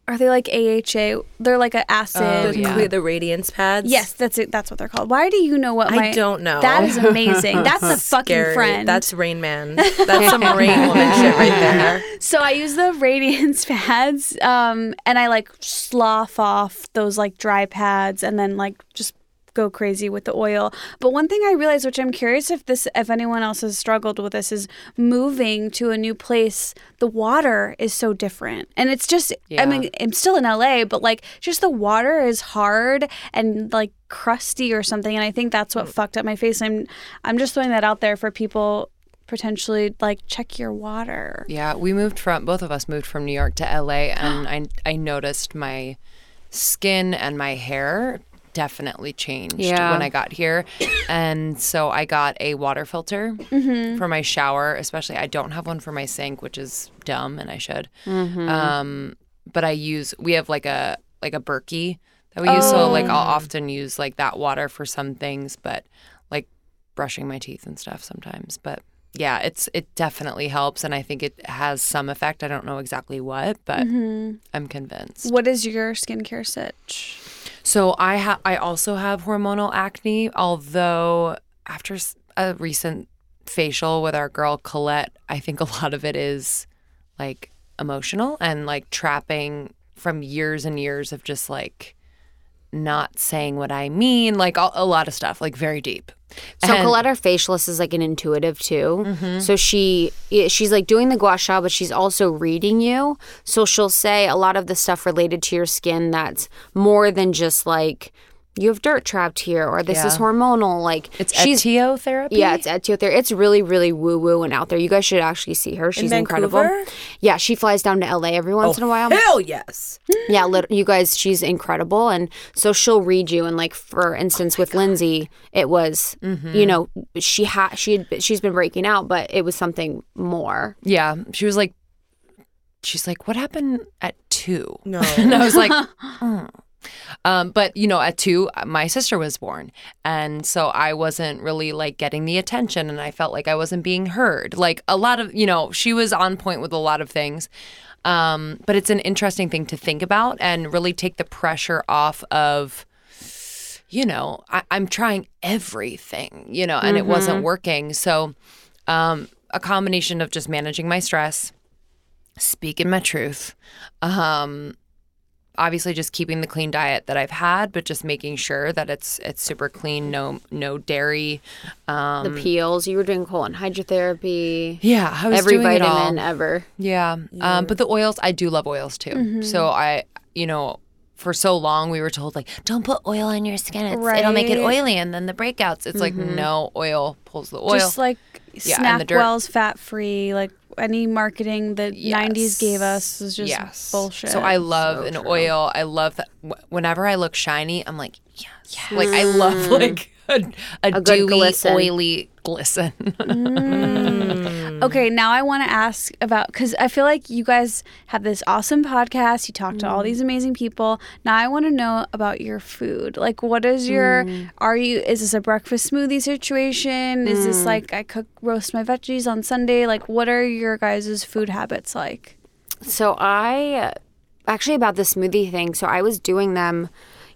Speaker 2: are they like AHA? They're like an acid.
Speaker 5: Oh,
Speaker 3: The
Speaker 5: yeah.
Speaker 3: clear- the radiance pads.
Speaker 2: Yes, that's it. That's what they're called. Why do you know what
Speaker 3: I
Speaker 2: my?
Speaker 3: don't know.
Speaker 2: That
Speaker 3: *laughs*
Speaker 2: is amazing. That's a fucking
Speaker 3: Scary.
Speaker 2: friend.
Speaker 3: That's Rain Man. That's some Rain Woman shit right there.
Speaker 2: so I use the radiance *laughs* pads, um, and I like slough off those like dry pads, and then like just go crazy with the oil. But one thing I realized, which I'm curious if this, if anyone else has struggled with this, is moving to a new place. The water is so different, and it's just. I
Speaker 5: Yeah.
Speaker 2: mean, I'm still in LA, but like just the water is hard and like crusty or something, and I think that's what fucked up my face. I'm, I'm just throwing that out there for people potentially like check your water.
Speaker 5: Yeah, we moved from both of us moved from New York to LA and I I noticed my skin and my hair definitely changed
Speaker 4: Yeah.
Speaker 5: when I got here. and so I got a water filter for my shower, especially I don't have one for my sink, which is dumb and I should. Um but I use we have like a like a Berkey that we use so like I'll often use like that water for some things, but like brushing my teeth and stuff sometimes, but yeah, it's it definitely helps, and I think it has some effect. I don't know exactly what, but
Speaker 4: Mm-hmm.
Speaker 5: I'm convinced.
Speaker 2: What is your skincare sitch?
Speaker 5: So I have I also have hormonal acne, although after s- a recent facial with our girl Colette, I think a lot of it is like emotional and like trapping from years and years of just like not saying what I mean, like a, a lot of stuff, like very deep.
Speaker 4: So
Speaker 5: And-
Speaker 4: Colette, our facialist, is like an intuitive too. So she yeah, she's like doing the gua sha, but she's also reading you. So she'll say a lot of the stuff related to your skin that's more than just like you have dirt trapped here or this is
Speaker 5: Yeah.
Speaker 4: hormonal. Like
Speaker 5: it's etio therapy.
Speaker 4: yeah, it's etiotherapy. It's really, really woo woo and out there. You guys should actually see her. She's incredible.
Speaker 3: Vancouver? Oh,
Speaker 4: Yeah, she flies down to LA every once in a while.
Speaker 3: Hell yes.
Speaker 4: Yeah, lit- you guys, she's incredible, and so she'll read you. And like for instance,
Speaker 5: Oh
Speaker 4: with Lindsay, it was
Speaker 5: Mm-hmm.
Speaker 4: you know she had she had she's been breaking out, but it was something more.
Speaker 5: Yeah. She was like, she's like, what happened at two?
Speaker 3: No.
Speaker 5: *laughs* And I
Speaker 4: *laughs*
Speaker 5: was like, "Hmm." um, but you know, at two, uh, my sister was born. And so I wasn't really like getting the attention and I felt like I wasn't being heard. Like a lot of, you know, she was on point with a lot of things. Um, but it's an interesting thing to think about and really take the pressure off of you know, I, I'm trying everything, you know, and it
Speaker 4: Mm-hmm.
Speaker 5: wasn't working. So, um, a combination of just managing my stress, speaking my truth, um, obviously just keeping the clean diet that I've had, but just making sure that it's it's super clean, no no dairy. Um,
Speaker 4: the peels. You were doing colon hydrotherapy.
Speaker 5: yeah, I was
Speaker 4: every
Speaker 5: doing it all.
Speaker 4: vitamin ever.
Speaker 5: Yeah. Um, but the oils, I do love oils too. So I, you know, for so long we were told like, don't put oil on your skin. It's, It'll make it
Speaker 2: Right.
Speaker 5: oily, and then the breakouts. It's like no oil pulls the oil.
Speaker 2: Just like
Speaker 5: and the dirt.
Speaker 2: Snackwell's fat free, like any marketing that
Speaker 5: Yes.
Speaker 2: 90s gave us is just bullshit.
Speaker 5: So I love an oil. I love that. wh- Whenever I look shiny, I'm like, yes. Like I love
Speaker 3: Mm.
Speaker 5: like a, a,
Speaker 4: good
Speaker 5: dewy,
Speaker 4: glisten.
Speaker 5: oily glisten. *laughs*
Speaker 2: Mm.
Speaker 5: Mm.
Speaker 2: Okay, now I want to ask about because I feel like you guys have this awesome podcast. You talk to all
Speaker 5: Mm.
Speaker 2: these amazing people. Now I want to know about your food. Like, what is your?
Speaker 5: Mm.
Speaker 2: Are you? Is this a breakfast smoothie situation? Is
Speaker 5: Mm.
Speaker 2: this like I cook roast my veggies on Sunday? Like, what are your guys' food habits like?
Speaker 4: So I actually about the smoothie thing. So I was doing them,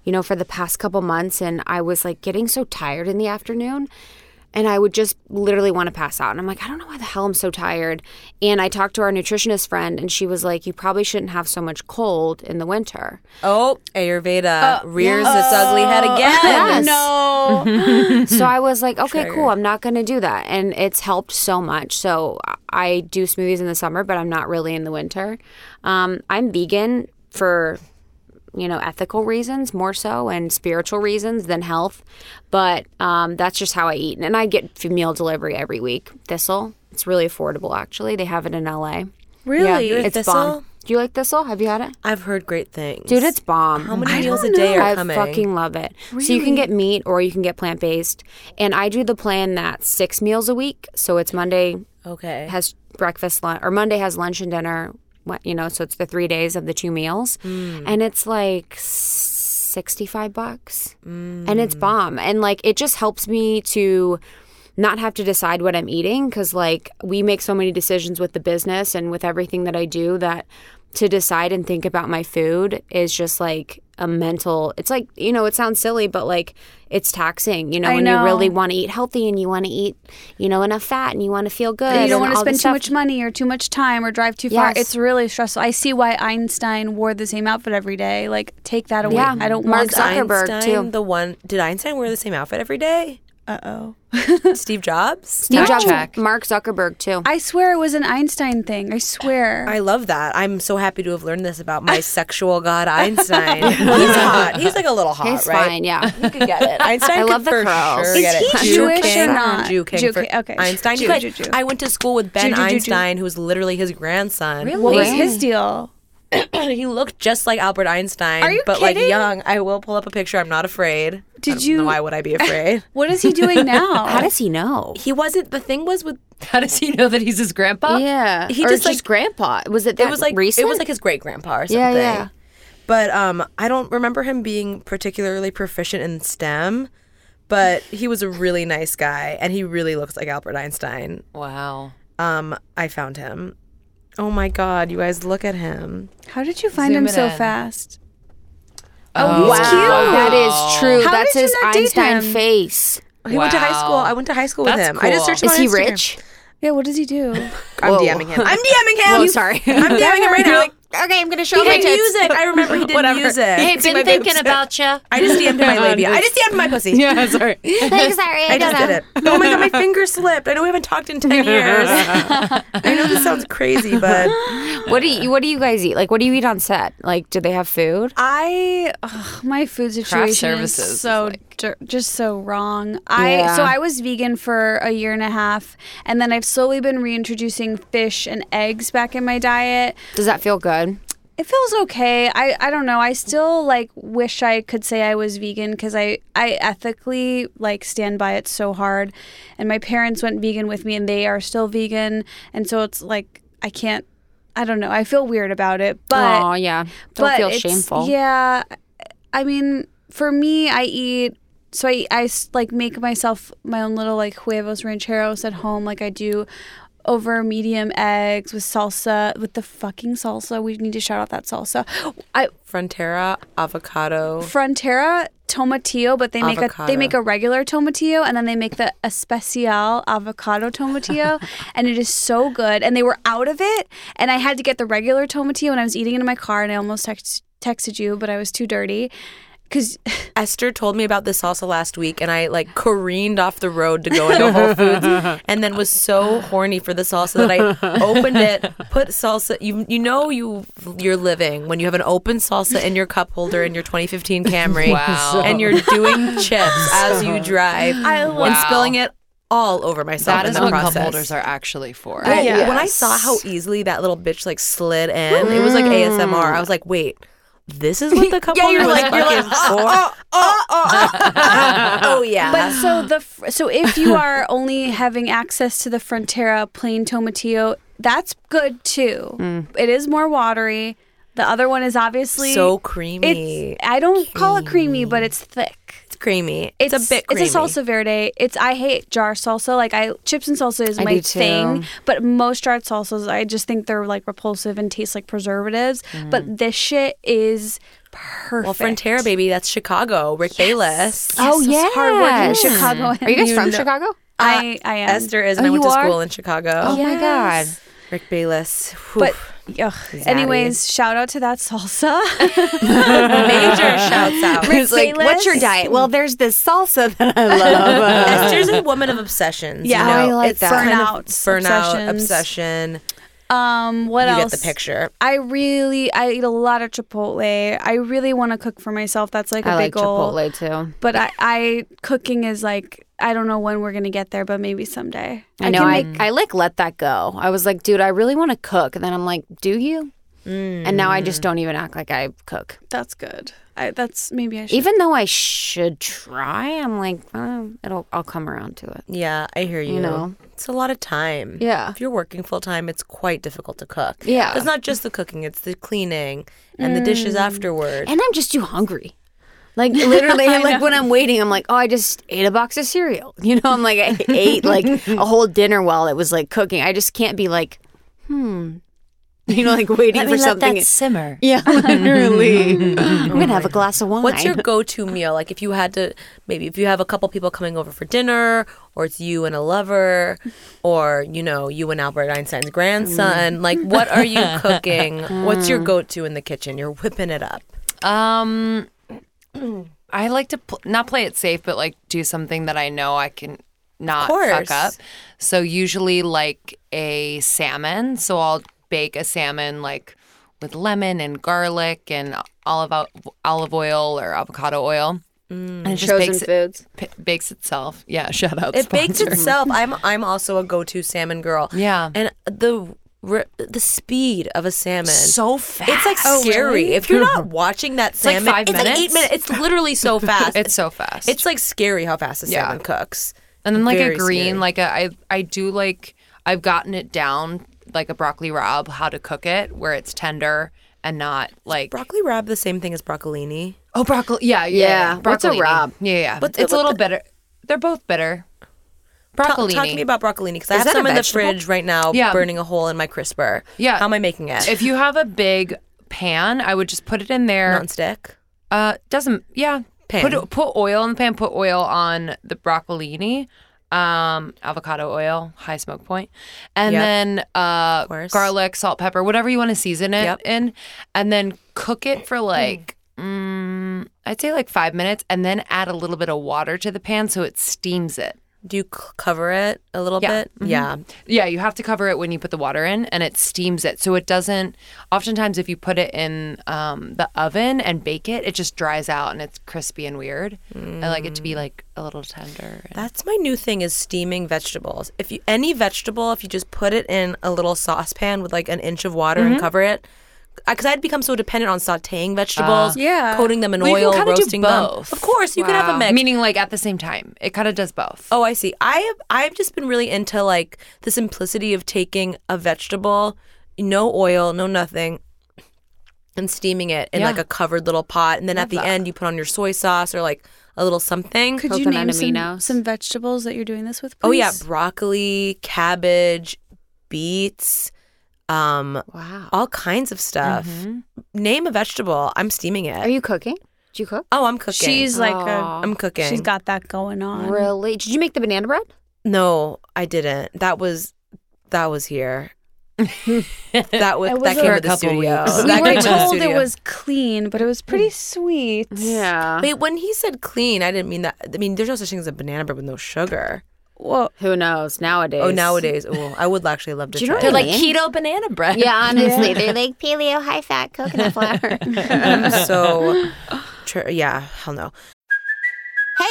Speaker 4: you know, for the past couple months and I was like getting so tired in the afternoon and I would just literally want to pass out. And I'm like, I don't know why the hell I'm so tired. And I talked to our nutritionist friend and she was like, you probably shouldn't have so much cold in the winter.
Speaker 3: Oh, Ayurveda rears its ugly head again.
Speaker 4: Yes.
Speaker 2: No.
Speaker 4: *laughs* so I was like, okay, cool. I'm not going to do that. And it's helped so much. So I- I do smoothies in the summer, but I'm not really in the winter. Um, I'm vegan for, you know, ethical reasons more so and spiritual reasons than health. But um, that's just how I eat. And I get f- meal delivery every week. Thistle. It's really affordable, actually. They have it in LA.
Speaker 2: really?
Speaker 3: you're-
Speaker 4: It's
Speaker 3: Thistle?
Speaker 4: bomb. Do you like Thistle? Have you had it?
Speaker 3: I've heard great things.
Speaker 4: Dude, it's bomb.
Speaker 3: how many meals a day are
Speaker 4: I
Speaker 3: coming?
Speaker 4: fucking love it. So you can get meat or you can get plant based. And I do the plan that's six meals a week. So it's Monday
Speaker 3: okay.
Speaker 4: has breakfast, lunch, or Monday has lunch and dinner. what- You know, so it's the three days of the two meals,
Speaker 2: Mm.
Speaker 4: and it's like sixty-five bucks, and
Speaker 2: Mm.
Speaker 4: it's bomb. And like, it just helps me to not have to decide what I'm eating because like we make so many decisions with the business and with everything that I do that to decide and think about my food is just like a mental it's like you know it sounds silly but like it's taxing you know
Speaker 2: I
Speaker 4: when
Speaker 2: know.
Speaker 4: you really want to eat healthy and you want to eat you know enough fat and you want to feel good
Speaker 2: you don't
Speaker 4: and
Speaker 2: want to
Speaker 4: all
Speaker 2: spend
Speaker 4: this
Speaker 2: too
Speaker 4: stuff.
Speaker 2: much money or too much time or drive too far.
Speaker 4: Yes.
Speaker 2: It's really stressful. I see why Einstein wore the same outfit every day. Like, take that away.
Speaker 4: Yeah.
Speaker 2: I don't
Speaker 4: Mark
Speaker 2: want that.
Speaker 4: Zuckerberg,
Speaker 3: Einstein,
Speaker 4: too.
Speaker 3: The one did Einstein wear the same outfit every day?
Speaker 2: Uh oh.
Speaker 3: Steve Jobs.
Speaker 4: Steve
Speaker 5: Fact
Speaker 4: Jobs,
Speaker 5: check.
Speaker 4: Mark Zuckerberg too.
Speaker 2: *laughs* I swear it was an Einstein thing. I swear.
Speaker 3: I love that. I'm so happy to have learned this about my sexual god Einstein. He's hot. He's like a little hot,
Speaker 4: He's
Speaker 3: right?
Speaker 4: fine, yeah.
Speaker 3: You could get it. Einstein
Speaker 4: I
Speaker 3: could
Speaker 4: love the
Speaker 3: for
Speaker 4: curls.
Speaker 3: sure
Speaker 4: Is
Speaker 3: get it.
Speaker 2: he
Speaker 3: Jew
Speaker 2: Jewish
Speaker 3: king.
Speaker 2: or not?
Speaker 3: Jew king
Speaker 2: Jew
Speaker 3: for-
Speaker 2: king, okay.
Speaker 3: Einstein.
Speaker 2: Jew,
Speaker 3: could.
Speaker 2: Jew, Jew.
Speaker 3: I went to school with Ben
Speaker 2: Jew, Jew, Jew, Jew.
Speaker 3: Einstein, who was literally his grandson.
Speaker 5: Really?
Speaker 2: what was
Speaker 5: Really?
Speaker 2: his deal?
Speaker 3: he looked just like Albert Einstein,
Speaker 2: Are you
Speaker 3: but like
Speaker 2: kidding?
Speaker 3: young. I will pull up a picture. I'm not afraid.
Speaker 2: Did
Speaker 3: I don't
Speaker 2: you-
Speaker 3: Know why would I be afraid?
Speaker 2: What is he
Speaker 5: *laughs*
Speaker 2: doing now?
Speaker 4: How does he know?
Speaker 3: he wasn't. The thing was with
Speaker 5: How does he know that he's his grandpa?
Speaker 4: Yeah,
Speaker 3: He
Speaker 4: or
Speaker 3: just,
Speaker 4: just,
Speaker 3: like-
Speaker 4: grandpa. Was it that
Speaker 3: it was like
Speaker 4: recent?
Speaker 3: it was like his great grandpa or something.
Speaker 4: Yeah, yeah.
Speaker 3: But um, I don't remember him being particularly proficient in STEM. But he was a really nice guy, and he really looks like Albert Einstein.
Speaker 5: Wow.
Speaker 3: Um, I found him. Oh my God, you guys look at him.
Speaker 2: How did you find
Speaker 5: Zoom
Speaker 2: him
Speaker 5: it
Speaker 2: so
Speaker 5: in.
Speaker 2: fast?
Speaker 5: Oh,
Speaker 4: wow, that is true.
Speaker 2: How
Speaker 4: That's
Speaker 2: did you
Speaker 4: his
Speaker 2: not date
Speaker 4: Einstein
Speaker 2: him?
Speaker 4: face.
Speaker 3: He went to high school.
Speaker 5: Wow.
Speaker 3: I went to high school with
Speaker 5: That's
Speaker 3: him. I just
Speaker 5: cool.
Speaker 3: searched him
Speaker 4: Is
Speaker 3: on
Speaker 4: he
Speaker 3: Instagram.
Speaker 4: rich?
Speaker 2: Yeah, what does he
Speaker 5: *laughs*
Speaker 2: do?
Speaker 3: I'm
Speaker 4: Whoa.
Speaker 3: DMing him. I'm DMing him.
Speaker 4: Whoa, Oh, *laughs* sorry.
Speaker 3: I'm DMing him right now. Like,
Speaker 4: okay, I'm gonna show
Speaker 3: he
Speaker 4: my
Speaker 3: did
Speaker 4: tits.
Speaker 3: music. I *laughs* remember he did music.
Speaker 5: Hey,
Speaker 3: See my
Speaker 5: been thinking
Speaker 3: boobs?
Speaker 5: about you.
Speaker 3: I just DM'd *laughs* my labia. I just DM'd my pussy.
Speaker 5: yeah, sorry.
Speaker 4: Like, sorry, I,
Speaker 3: *laughs* I just
Speaker 4: don't
Speaker 3: did
Speaker 4: know.
Speaker 3: it. Oh my god, my finger slipped. I know we haven't talked in ten *laughs* years. I know this sounds crazy, *laughs* but
Speaker 4: What do you What do you guys eat? Like, what do you eat on set? Like, do they have food?
Speaker 2: I ugh, my food situation is
Speaker 5: services is
Speaker 2: so
Speaker 5: like-
Speaker 2: dir- just so wrong. I
Speaker 4: Yeah.
Speaker 2: so I was vegan for a year and a half, and then I've slowly been reintroducing fish and eggs back in my diet.
Speaker 4: Does that feel good?
Speaker 2: It feels okay. I I don't know. I still like wish I could say I was vegan because I I ethically like stand by it so hard, and my parents went vegan with me, and they are still vegan, and so it's like I can't. I don't know. I feel weird about it, but
Speaker 4: oh yeah, don't
Speaker 2: but
Speaker 4: feel
Speaker 2: it's-
Speaker 4: shameful.
Speaker 2: Yeah, I mean, for me, I eat. So I, I s- like make myself my own little like huevos rancheros at home. Like I do over medium eggs with salsa with the fucking salsa. We need to shout out that salsa. I
Speaker 3: Frontera avocado.
Speaker 2: Frontera tomatillo, but they make a they
Speaker 3: Avocado.
Speaker 2: make a regular tomatillo and then they make the especial avocado
Speaker 3: *laughs*
Speaker 2: tomatillo, and it is so good. And they were out of it, and I had to get the regular tomatillo, and I was eating it in my car, and I almost text, texted you, but I was too dirty. Because
Speaker 3: Esther told me about this salsa last week, and I like careened off the road to go into Whole
Speaker 5: *laughs*
Speaker 3: Foods, and then was so horny for the salsa that I opened it, put salsa. You you know you you're living when you have an open salsa in your cup holder in your 2015 Camry,
Speaker 5: Wow.
Speaker 3: and you're doing chips as
Speaker 5: *laughs*
Speaker 3: you drive and
Speaker 5: Wow.
Speaker 3: spilling it all over myself.
Speaker 5: That
Speaker 3: in
Speaker 5: is
Speaker 3: the
Speaker 5: what
Speaker 3: process.
Speaker 5: cup holders are actually for.
Speaker 3: Well, When I saw how easily that little bitch like slid in, it was like ASMR. I was like, wait, this is what the cup holder was fucking for. *laughs* oh yeah.
Speaker 2: But so the fr- so if you are only having access to the Frontera plain tomatillo, that's good too.
Speaker 3: Mm.
Speaker 2: It is more watery. The other one is obviously
Speaker 3: so creamy.
Speaker 2: It's I don't call it creamy, but it's thick.
Speaker 3: It's creamy. It's,
Speaker 2: It's,
Speaker 3: a bit creamy.
Speaker 2: It's a salsa verde. It's I hate jar salsa. Like I chips and salsa is
Speaker 4: I
Speaker 2: my
Speaker 4: do too.
Speaker 2: thing, but most jarred salsas I just think they're like repulsive and taste like preservatives. But this shit is perfect.
Speaker 3: Mm. Well, Frontera, baby, that's Chicago. Rick Bayless.
Speaker 4: Oh yeah,
Speaker 2: hardworking Chicago.
Speaker 4: Are you guys from Chicago?
Speaker 2: I I am.
Speaker 3: Uh, Esther is, and
Speaker 4: Oh,
Speaker 3: I went
Speaker 4: you
Speaker 3: to
Speaker 4: are?
Speaker 3: school in Chicago.
Speaker 4: Oh my god.
Speaker 3: Rick Bayless. Whew.
Speaker 2: But ugh. anyways, shout out to that salsa.
Speaker 3: *laughs*
Speaker 2: *laughs*
Speaker 3: major shouts out.
Speaker 4: It's like, what's your
Speaker 2: Bayless?
Speaker 4: diet? Well, there's this salsa that *laughs* I love.
Speaker 3: Esther's a woman of obsessions.
Speaker 2: Yeah,
Speaker 3: you know?
Speaker 4: I like
Speaker 3: it's
Speaker 4: that.
Speaker 3: kind of
Speaker 2: Burnouts,
Speaker 3: burnout,
Speaker 2: obsessions.
Speaker 3: obsession.
Speaker 2: um, what
Speaker 3: you
Speaker 2: else?
Speaker 3: get the picture.
Speaker 2: I really I eat a lot of Chipotle. I really want to cook for myself.
Speaker 4: *laughs*
Speaker 2: That's like a
Speaker 4: I like
Speaker 2: big goal.
Speaker 4: Chipotle too.
Speaker 2: But I, I cooking is like I don't know when we're gonna get there, but maybe someday.
Speaker 4: I know. I, I like let that go. I was like, dude, I really want to cook. And then I'm like, do you? And now I just don't even act like I cook.
Speaker 2: That's good. I, that's maybe I should.
Speaker 4: Even though I should try, I'm like, oh, it'll I'll come around to it.
Speaker 3: Yeah, I hear you.
Speaker 4: know.
Speaker 3: It's a lot of time.
Speaker 4: Yeah.
Speaker 3: If you're working full time, it's quite difficult to cook.
Speaker 4: Yeah. Mm.
Speaker 3: It's not just the cooking, it's the cleaning and the dishes afterward.
Speaker 4: And I'm just too hungry. Like literally, like when I'm waiting, I'm like, oh, I just ate a box of cereal. *laughs* You know, I'm like, I ate like a whole dinner while it was like cooking. I just can't be like, hmm, you know, like waiting for something.
Speaker 5: simmer.
Speaker 4: *laughs* yeah, literally. I'm gonna have a glass of wine.
Speaker 3: What's your go to meal? Like if you had to maybe if you have a couple people coming over for dinner, or it's you and a lover, or you know, you and Albert Einstein's grandson, like
Speaker 4: Mm.
Speaker 3: what are
Speaker 4: *laughs*
Speaker 3: you cooking? What's your go to in the kitchen? You're whipping it up.
Speaker 5: Um, *clears throat* I like to pl- not play it safe, but like do something that I know I can not
Speaker 3: course.
Speaker 5: fuck up. So usually like a salmon. So I'll bake a salmon like with lemon and garlic and olive o- olive oil or avocado oil.
Speaker 3: Mm,
Speaker 5: And it just bakes, it,
Speaker 4: foods.
Speaker 5: p- bakes itself. Yeah, *laughs* shout out.
Speaker 3: It bakes
Speaker 5: sponsor.
Speaker 3: itself. I'm I'm also a go to salmon girl.
Speaker 5: Yeah.
Speaker 3: and the r- the speed of a salmon
Speaker 5: so fast.
Speaker 3: It's like scary. If you're
Speaker 5: *laughs*
Speaker 3: not watching that
Speaker 5: Oh, like
Speaker 3: salmon,
Speaker 5: five
Speaker 3: it's like eight
Speaker 5: minutes.
Speaker 3: minutes. It's literally
Speaker 5: *laughs*
Speaker 3: so fast.
Speaker 5: It's so fast.
Speaker 3: It's like scary how fast a
Speaker 5: Yeah.
Speaker 3: salmon cooks.
Speaker 5: And then like
Speaker 3: Very
Speaker 5: a green,
Speaker 3: scary.
Speaker 5: like a I I do like I've gotten it down like a broccoli rob how to cook it where it's tender and not like
Speaker 3: broccoli rabe the same thing as broccolini.
Speaker 5: oh broccoli yeah
Speaker 4: Yeah,
Speaker 5: yeah,
Speaker 4: what's a
Speaker 5: broccolini.
Speaker 4: rob?
Speaker 5: yeah yeah
Speaker 3: What's-
Speaker 5: it's a
Speaker 3: what
Speaker 5: little
Speaker 3: the-
Speaker 5: bitter they're both bitter
Speaker 3: Ta-
Speaker 5: broccolini
Speaker 3: talk to me about broccolini because I
Speaker 4: Is
Speaker 3: have
Speaker 4: that a
Speaker 3: some in the
Speaker 4: vegetable?
Speaker 3: fridge right now,
Speaker 5: Yeah.
Speaker 3: burning a hole in my crisper.
Speaker 5: Yeah.
Speaker 3: how am I making it?
Speaker 5: if you have a big pan I would just put it in there
Speaker 3: nonstick,
Speaker 5: Uh, doesn't yeah.
Speaker 3: Pan.
Speaker 5: Put put oil in the pan. Put oil on the broccolini, um, avocado oil, high smoke point, and
Speaker 3: Yep.
Speaker 5: then uh,
Speaker 3: course.
Speaker 5: garlic, salt, pepper, whatever you want to season it
Speaker 3: Yep.
Speaker 5: in, and then cook it for like. Mm, I'd say like five minutes, and then add a little bit of water to the pan so it steams it.
Speaker 3: do you c- cover it a little
Speaker 5: Yeah. Mm-hmm.
Speaker 3: bit? Yeah,
Speaker 5: Yeah, you have to cover it when you put the water in, and it steams it. So it doesn't. Oftentimes, if you put it in um, the oven and bake it, it just dries out and it's crispy and weird. I like it to be like a little tender. and-
Speaker 3: that's my new thing is steaming vegetables. If you any vegetable, if you just put it in a little saucepan with like an inch of water
Speaker 5: Mm-hmm.
Speaker 3: and cover it. Because I'd become so dependent on sautéing vegetables,
Speaker 2: Yeah.
Speaker 3: coating them in
Speaker 5: Uh, Well, you
Speaker 3: oil,
Speaker 5: can kinda do
Speaker 3: roasting
Speaker 5: both.
Speaker 3: them. Of course, you can have a
Speaker 4: Wow.
Speaker 3: mix.
Speaker 5: Meaning, like at the same time, it kind of does both.
Speaker 3: Oh, I see. I have I've just been really into like the simplicity of taking a vegetable, no oil, no nothing, and steaming it in
Speaker 5: Yeah.
Speaker 3: like a covered little pot, and then at the end you put on your soy sauce or like a little something.
Speaker 2: Could you
Speaker 4: Coconut
Speaker 2: name some,
Speaker 4: aminos.
Speaker 2: some vegetables that you're doing this with?
Speaker 3: oh yeah,
Speaker 2: please?
Speaker 3: broccoli, cabbage, beets, um,
Speaker 4: Wow.
Speaker 3: all kinds of stuff.
Speaker 2: Mm-hmm.
Speaker 3: Name a vegetable. I'm steaming it.
Speaker 4: Are you cooking? Did you cook?
Speaker 3: oh, I'm cooking.
Speaker 2: she's like a,
Speaker 4: Aw.
Speaker 3: I'm cooking.
Speaker 2: she's got that going on.
Speaker 4: Really? Did you make the banana bread?
Speaker 2: *laughs*
Speaker 3: no, I didn't. That was that was here. that was,
Speaker 2: It was
Speaker 3: that came
Speaker 2: a-
Speaker 3: to the
Speaker 5: couple
Speaker 3: studio.
Speaker 5: weeks.
Speaker 3: That
Speaker 2: We
Speaker 3: came
Speaker 2: were
Speaker 3: to the
Speaker 2: told it
Speaker 3: studio.
Speaker 2: was clean, but it was pretty sweet.
Speaker 4: Hmm. Yeah.
Speaker 3: Wait, when he said clean, I didn't mean that. I mean, there's no such thing as a banana bread with no sugar.
Speaker 2: Well,
Speaker 4: Who knows nowadays?
Speaker 3: Oh, nowadays, oh, I would actually love to
Speaker 4: Do you know
Speaker 3: try.
Speaker 5: They're
Speaker 3: it.
Speaker 5: like
Speaker 4: Really?
Speaker 5: keto banana bread.
Speaker 4: Yeah, honestly, they're like paleo, high fat coconut flour.
Speaker 3: I'm
Speaker 2: *laughs*
Speaker 3: so, tr- yeah, hell no.
Speaker 6: Hey,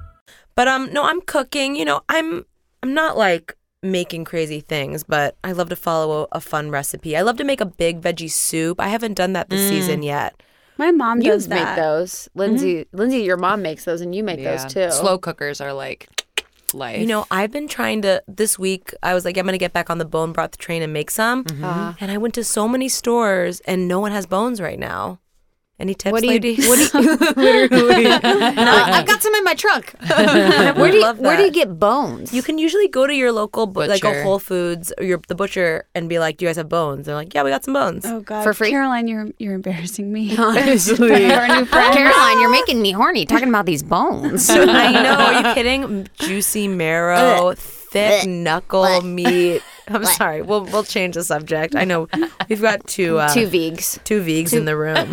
Speaker 3: But um, no, I'm cooking. You know, I'm I'm not like making crazy things, but I love to follow a, a fun recipe. I love to make a big veggie soup. I haven't done that
Speaker 4: Mm.
Speaker 3: this season yet.
Speaker 2: my mom
Speaker 4: You
Speaker 2: does
Speaker 4: make
Speaker 2: that.
Speaker 4: those, Lindsay. Lindsay, your mom makes those, and you make
Speaker 5: Yeah.
Speaker 4: those too. Uh,
Speaker 5: Slow cookers are like life.
Speaker 3: You know, I've been trying to this week. I was like, I'm gonna get back on the bone broth train and make some.
Speaker 4: Mm-hmm.
Speaker 5: Mm-hmm.
Speaker 3: And I went to so many stores, and no one has bones right now. Any tips,
Speaker 4: What do you do?
Speaker 3: ladies?
Speaker 4: What
Speaker 3: *laughs*
Speaker 4: do you? *laughs* literally. Uh,
Speaker 5: Uh-huh.
Speaker 4: I've got some in my *laughs* trunk. where do you,
Speaker 3: love
Speaker 4: Where do you
Speaker 3: that.
Speaker 4: get bones?
Speaker 3: You *laughs* can usually go to your local, bu- like a
Speaker 5: Butcher.
Speaker 3: Whole Foods or your, the butcher, and be like, "Do you guys have bones?" They're like, "Yeah, we got some bones."
Speaker 2: Oh God,
Speaker 4: For free?
Speaker 2: Caroline, you're you're
Speaker 4: *laughs*
Speaker 2: embarrassing me. *laughs*
Speaker 4: honestly,
Speaker 2: Our
Speaker 4: *laughs*
Speaker 2: new friend.
Speaker 4: Caroline, you're making me horny talking about these
Speaker 3: *laughs*
Speaker 4: bones.
Speaker 3: I know. Are you kidding? M- Juicy marrow, thick knuckle meat. I'm sorry. We'll we'll change the subject. I know we've got two uh,
Speaker 4: Two
Speaker 3: two
Speaker 4: vegs.
Speaker 3: vegs in the room.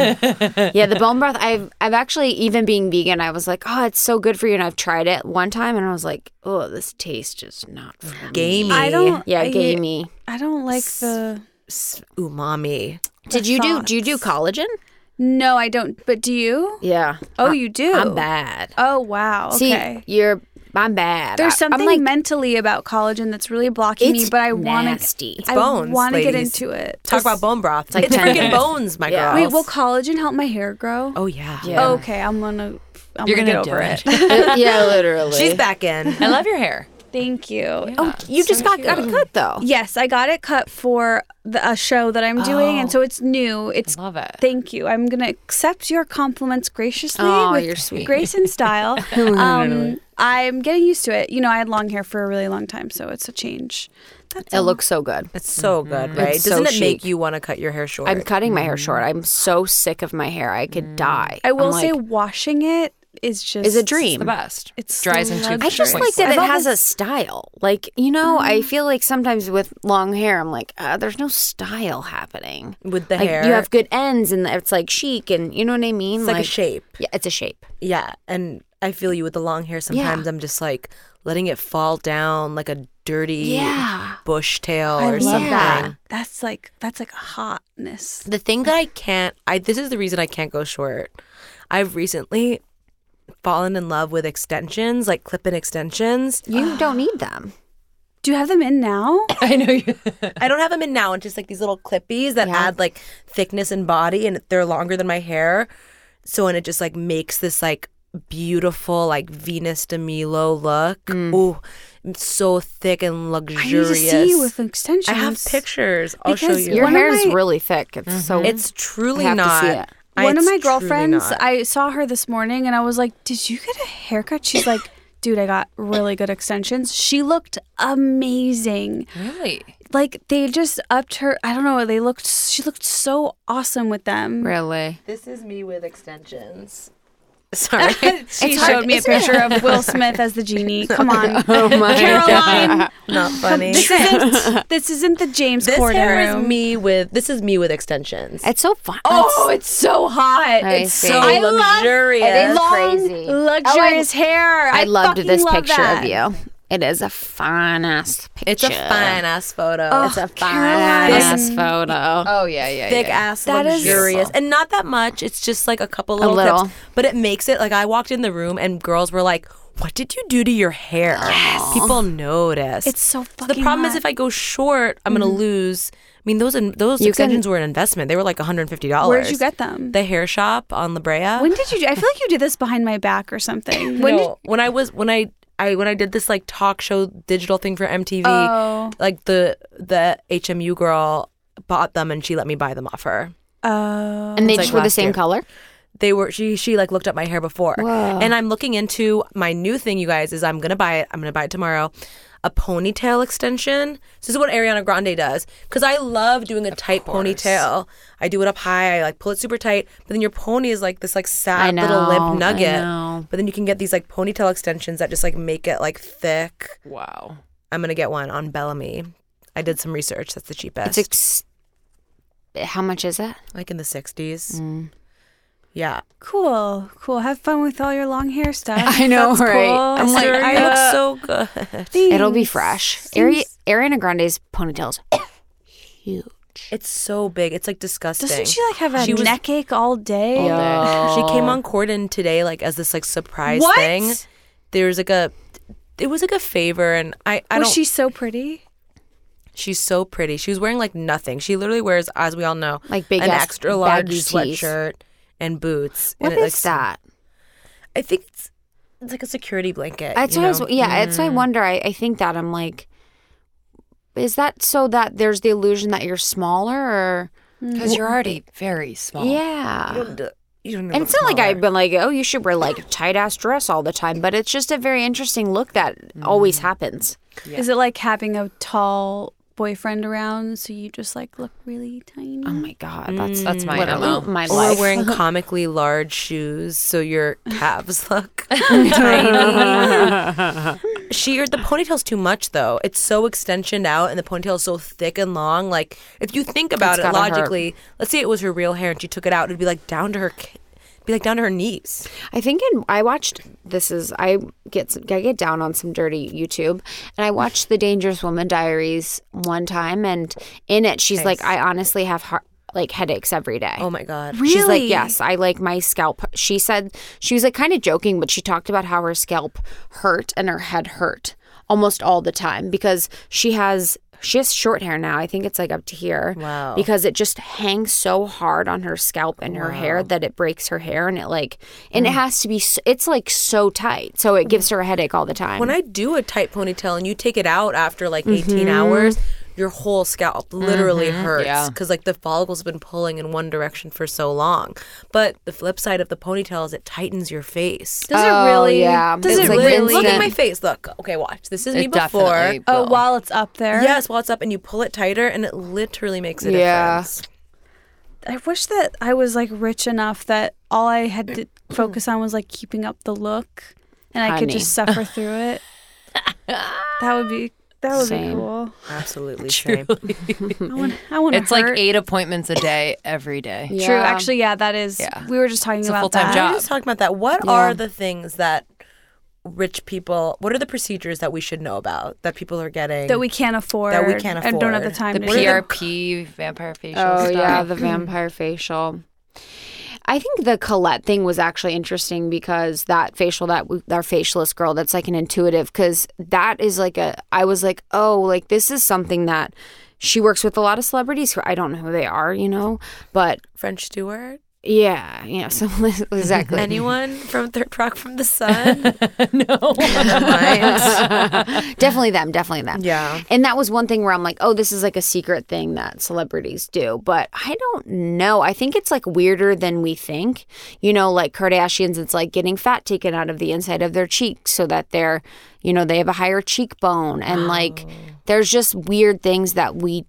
Speaker 4: Yeah, the bone broth. I've I've actually even being vegan, I was like, oh, it's so good for you, and I've tried it one time, and I was like, oh, this taste is not for me.
Speaker 3: Gamey.
Speaker 2: I don't.
Speaker 4: Yeah,
Speaker 2: I,
Speaker 4: gamey.
Speaker 2: I don't like the.
Speaker 3: s- umami.
Speaker 4: Did you do? Do you do collagen?
Speaker 2: No, I don't. But do you?
Speaker 4: Yeah.
Speaker 2: Oh, you do.
Speaker 4: I'm bad.
Speaker 2: Oh wow. Okay.
Speaker 4: See, you're. I'm bad.
Speaker 2: There's
Speaker 4: I- I'm
Speaker 2: something
Speaker 4: like,
Speaker 2: mentally about collagen that's really blocking me,
Speaker 4: It's
Speaker 2: but I want
Speaker 4: nasty.
Speaker 2: to.
Speaker 4: It's
Speaker 2: I
Speaker 3: bones,
Speaker 2: want to get
Speaker 3: ladies.
Speaker 2: into it.
Speaker 3: Talk about bone broth. It's,
Speaker 4: like
Speaker 3: freaking
Speaker 4: tendons.
Speaker 3: bones, my
Speaker 4: Yeah.
Speaker 3: girl.
Speaker 2: Wait, will collagen help my hair grow?
Speaker 3: oh yeah.
Speaker 4: Yeah.
Speaker 2: Okay, I'm gonna. I'm
Speaker 5: You're
Speaker 2: gonna,
Speaker 5: gonna
Speaker 2: get
Speaker 5: do
Speaker 2: over
Speaker 4: *laughs*
Speaker 5: it.
Speaker 4: yeah, literally.
Speaker 3: She's back in.
Speaker 5: *laughs* I love your hair.
Speaker 2: Thank you.
Speaker 4: Oh, you just got got it cut though.
Speaker 2: Yes, I got it cut for the, a show that I'm doing, and
Speaker 4: Oh.
Speaker 2: so it's new. It's
Speaker 5: Love it.
Speaker 2: Thank you. I'm gonna accept your compliments graciously
Speaker 4: Aw,
Speaker 2: with
Speaker 4: you're sweet.
Speaker 2: grace and
Speaker 4: *laughs*
Speaker 2: style. um, I'm getting used to it. You know, I had long hair for a really long time, so it's a change. That's
Speaker 4: It looks so good.
Speaker 3: It's so good, right?
Speaker 4: It's so
Speaker 3: Doesn't it make
Speaker 4: chic.
Speaker 3: you want to cut your hair short?
Speaker 4: I'm cutting my hair short. I'm so sick of my hair. I could
Speaker 3: Mm.
Speaker 4: die.
Speaker 2: I will
Speaker 4: I'm
Speaker 2: say,
Speaker 4: like,
Speaker 2: washing it is just
Speaker 4: is a dream.
Speaker 5: The best.
Speaker 2: It's
Speaker 5: dries in
Speaker 2: lovely.
Speaker 5: two.
Speaker 4: I just like that
Speaker 2: I've
Speaker 4: it has a
Speaker 2: always- Mm-hmm.
Speaker 4: style. Like you know, I feel like sometimes with long hair, I'm like, uh, there's no style happening.
Speaker 3: With the
Speaker 4: Like,
Speaker 3: hair,
Speaker 4: you have good ends, and it's like chic, and you know what I mean.
Speaker 3: it's like a shape.
Speaker 4: Yeah, it's a shape.
Speaker 3: Yeah, and I feel you with the long hair. Sometimes I'm just like letting it fall down like a dirty
Speaker 4: Yeah.
Speaker 3: bush tail
Speaker 2: I
Speaker 3: or
Speaker 2: love
Speaker 3: something.
Speaker 2: that. That's like that's like hotness.
Speaker 3: The thing that I can't, I this is the reason I can't go short. I've recently fallen in love with extensions, like clip-in extensions.
Speaker 4: You don't need them.
Speaker 2: Do you have them in now?
Speaker 5: I know you.
Speaker 3: I don't have them in now. It's just like these little clippies that
Speaker 4: Yeah.
Speaker 3: add like thickness and body, and they're longer than my hair. So and it just like makes this like beautiful like Venus de Milo look. Ooh, it's so thick and
Speaker 2: Mm. I
Speaker 3: luxurious.
Speaker 2: need to see you with extensions.
Speaker 3: I have pictures. I'll show
Speaker 2: Because
Speaker 3: you.
Speaker 2: you're-
Speaker 4: Your
Speaker 2: One of
Speaker 4: hair is
Speaker 2: my-
Speaker 4: really thick. It's so.
Speaker 3: Mm-hmm. it's truly
Speaker 4: I have to
Speaker 3: not.
Speaker 4: see it.
Speaker 3: I-
Speaker 2: One of
Speaker 3: it's
Speaker 2: my
Speaker 3: truly
Speaker 2: girlfriends,
Speaker 3: not.
Speaker 2: I saw her this morning and I was like, Did you get a haircut? She's like, Dude, I got really good extensions. She looked amazing.
Speaker 5: Really?
Speaker 2: Like they just upped her. I don't know. They looked. She looked so awesome with them.
Speaker 4: really.
Speaker 3: this is me with extensions.
Speaker 2: *laughs*
Speaker 3: Sorry.
Speaker 2: She
Speaker 4: It's
Speaker 2: showed
Speaker 4: hard,
Speaker 2: me a
Speaker 4: isn't it?
Speaker 2: picture of Will Smith as the genie. Come on,
Speaker 4: *laughs* Oh my
Speaker 2: Caroline.
Speaker 3: not funny.
Speaker 2: This isn't, *laughs* this isn't the James
Speaker 3: This
Speaker 2: Corden
Speaker 3: hair is
Speaker 2: room.
Speaker 3: me with this is me with extensions.
Speaker 4: It's so fun.
Speaker 2: Oh, it's so hot.
Speaker 4: I
Speaker 2: It's
Speaker 4: see.
Speaker 2: so
Speaker 4: I
Speaker 2: love-
Speaker 3: luxurious.
Speaker 4: It is
Speaker 2: long,
Speaker 4: crazy. Oh,
Speaker 2: luxurious hair.
Speaker 4: I,
Speaker 2: I,
Speaker 4: loved
Speaker 2: fucking
Speaker 4: this
Speaker 2: love
Speaker 4: picture
Speaker 2: that.
Speaker 4: of you. It is a fine ass picture.
Speaker 3: It's a fine ass photo.
Speaker 4: It's a fine
Speaker 2: Caroline.
Speaker 4: ass photo.
Speaker 5: Oh yeah, yeah.
Speaker 3: thick
Speaker 5: yeah.
Speaker 3: ass
Speaker 2: That is-
Speaker 3: luxurious and not that much it's just like a couple little,
Speaker 4: little.
Speaker 3: tips but it makes it like i walked in the room and girls were like what did you do to your hair people notice
Speaker 2: It's so fucking.
Speaker 3: the problem is
Speaker 2: hot.
Speaker 3: if i
Speaker 2: Mm-hmm.
Speaker 3: go short i'm gonna lose i mean those in, those
Speaker 4: You
Speaker 3: extensions were an investment they were like $150
Speaker 2: Where'd you get them?
Speaker 3: the hair shop on la brea
Speaker 2: When did you? do- I feel like you did this behind my back or something.
Speaker 3: *laughs*
Speaker 2: When
Speaker 3: No, when I was when I I when I did this like talk show digital thing for MTV,
Speaker 2: Oh.
Speaker 3: like the the HMU girl bought them and she let me buy them off her.
Speaker 7: Oh.
Speaker 4: and they
Speaker 3: It's
Speaker 4: just
Speaker 3: like
Speaker 4: were the
Speaker 3: last
Speaker 4: same
Speaker 3: year.
Speaker 4: color.
Speaker 3: They were she she like looked up my hair before. And I'm looking into my new thing, you guys, is I'm gonna buy it. I'm gonna buy it tomorrow. A ponytail extension. So this is what Ariana Grande does. Cause I love doing a tight ponytail. I do it up high, I like pull it super tight, but then your pony is like this like sad
Speaker 4: I
Speaker 3: little
Speaker 4: know, I
Speaker 3: lip nugget.
Speaker 4: know.
Speaker 3: But then you can get these like ponytail extensions that just like make it like thick.
Speaker 5: Wow.
Speaker 3: I'm gonna get one on Bellamy. I did some research. That's the cheapest.
Speaker 4: It's ex- how much is it?
Speaker 3: like in the 60s.
Speaker 4: Mm.
Speaker 3: Yeah.
Speaker 7: Cool, cool. Have fun with all your long hair stuff.
Speaker 4: I know,
Speaker 7: That's
Speaker 4: right?
Speaker 7: Cool.
Speaker 4: I'm like, uh,
Speaker 7: Sure,
Speaker 3: I
Speaker 7: you look
Speaker 3: look so good.
Speaker 7: so-
Speaker 4: It'll be fresh. Ari- Ariana Grande's ponytails.
Speaker 3: It's so big. It's like disgusting.
Speaker 7: Doesn't she like have a
Speaker 3: She was-
Speaker 7: neck ache all day?
Speaker 3: She came on Corden today, like as this like surprise
Speaker 7: What?
Speaker 3: thing. There was like a, it was like a favor, and I, I
Speaker 2: Was
Speaker 3: don't.
Speaker 2: she so pretty?
Speaker 3: she's so pretty. She was wearing like nothing. She literally wears, as we all know,
Speaker 4: Like big
Speaker 3: an
Speaker 4: ass
Speaker 3: extra large
Speaker 4: baggy tees.
Speaker 3: sweatshirt and boots.
Speaker 4: What
Speaker 3: and it, like,
Speaker 4: is that?
Speaker 3: I think it's it's like a security blanket.
Speaker 4: That's
Speaker 3: you
Speaker 4: what I was.
Speaker 3: know?
Speaker 4: Yeah, that's why I wonder. I, I think that I'm like, is that so that there's the illusion that you're smaller or
Speaker 5: Because you're already very small.
Speaker 4: yeah?
Speaker 3: You don't, you don't
Speaker 4: and it's not like I've been like, oh, you should wear like a tight ass dress all the time, but it's just a very interesting look that always happens.
Speaker 2: Is it like having a tall boyfriend around so you just like look really tiny? *laughs*
Speaker 4: Oh my god, that's
Speaker 5: That's my
Speaker 4: literally
Speaker 5: MO.
Speaker 4: my
Speaker 3: Or
Speaker 4: life.
Speaker 3: wearing comically large shoes so your calves *laughs* look tiny. she or the ponytail's too much though. It's so extensioned out and the ponytail's so thick and long. Like if you think about
Speaker 4: It's
Speaker 3: it
Speaker 4: gotta hurt.
Speaker 3: logically, let's say it was her real hair and she took it out, it'd be like down to her ca- be like down to her knees.
Speaker 4: I think in I watched this is I get some, I get down on some dirty YouTube and I watched the Dangerous Woman Diaries one time and in it she's like I honestly have heart, like headaches every day.
Speaker 3: Oh my god.
Speaker 4: She's like,
Speaker 2: Really?
Speaker 4: yes, I like my scalp. She said she was like kind of joking, but she talked about how her scalp hurt and her head hurt almost all the time because she has she has short hair now. I think it's like up to here.
Speaker 3: Wow.
Speaker 4: Because it just hangs so hard on her scalp and her hair that it breaks her hair and it like and
Speaker 2: Mm.
Speaker 4: it has to be s- it's like so tight. So it gives her a headache all the time.
Speaker 3: When I do a tight ponytail and you take it out after like 18 hours, your whole scalp literally hurts
Speaker 5: Yeah.
Speaker 3: because like the follicles have been pulling in one direction for so long. But the flip side of the ponytail is it tightens your face.
Speaker 2: Does
Speaker 4: Oh,
Speaker 2: it really?
Speaker 4: yeah.
Speaker 2: Does
Speaker 4: It's
Speaker 2: it
Speaker 4: like
Speaker 2: really?
Speaker 3: Look at
Speaker 4: instant.
Speaker 3: my face. Look. Okay, watch. This is me
Speaker 5: It
Speaker 3: before.
Speaker 5: definitely
Speaker 2: Oh,
Speaker 5: will.
Speaker 2: while it's up there.
Speaker 3: Yes, well, it's up and you pull it tighter and it literally makes a
Speaker 4: Yeah.
Speaker 3: difference.
Speaker 2: I wish that I was like rich enough that all I had to focus on was like keeping up the look and I could
Speaker 4: Honey.
Speaker 2: just suffer through it. that would be that would be
Speaker 4: Same.
Speaker 2: cool.
Speaker 3: Absolutely same.
Speaker 2: I want I want to
Speaker 5: It's like eight appointments a day every day.
Speaker 2: True. Actually, yeah, that is
Speaker 5: Yeah.
Speaker 2: we were just talking
Speaker 5: It's a
Speaker 2: about
Speaker 5: full-time
Speaker 2: that.
Speaker 5: job.
Speaker 3: We were just talking about that. What are the things that rich people what are the procedures that we should know about that people are getting
Speaker 2: That we can't afford.
Speaker 3: That we can't
Speaker 2: And don't have the
Speaker 3: afford.
Speaker 2: time
Speaker 5: The
Speaker 2: to do.
Speaker 5: PRP, vampire facial
Speaker 4: Oh
Speaker 5: stuff.
Speaker 4: yeah,
Speaker 5: *clears throat*
Speaker 4: the vampire facial. I think the Colette thing was actually interesting because that facial that w- our facialist girl that's like an intuitive because that is like a I was like oh like this is something that she works with a lot of celebrities who I don't know who they are you know but
Speaker 3: French Stewart?
Speaker 4: yeah *laughs* you know so exactly
Speaker 3: Anyone from Third Rock from the *laughs* Sun? *laughs*
Speaker 4: definitely them definitely them
Speaker 3: Yeah.
Speaker 4: and that was one thing where I'm like oh this is like a secret thing that celebrities do but I don't know I think it's like weirder than we think you know like Kardashians it's like getting fat taken out of the inside of their cheeks so that they're you know they have a higher cheekbone and like there's just weird things that we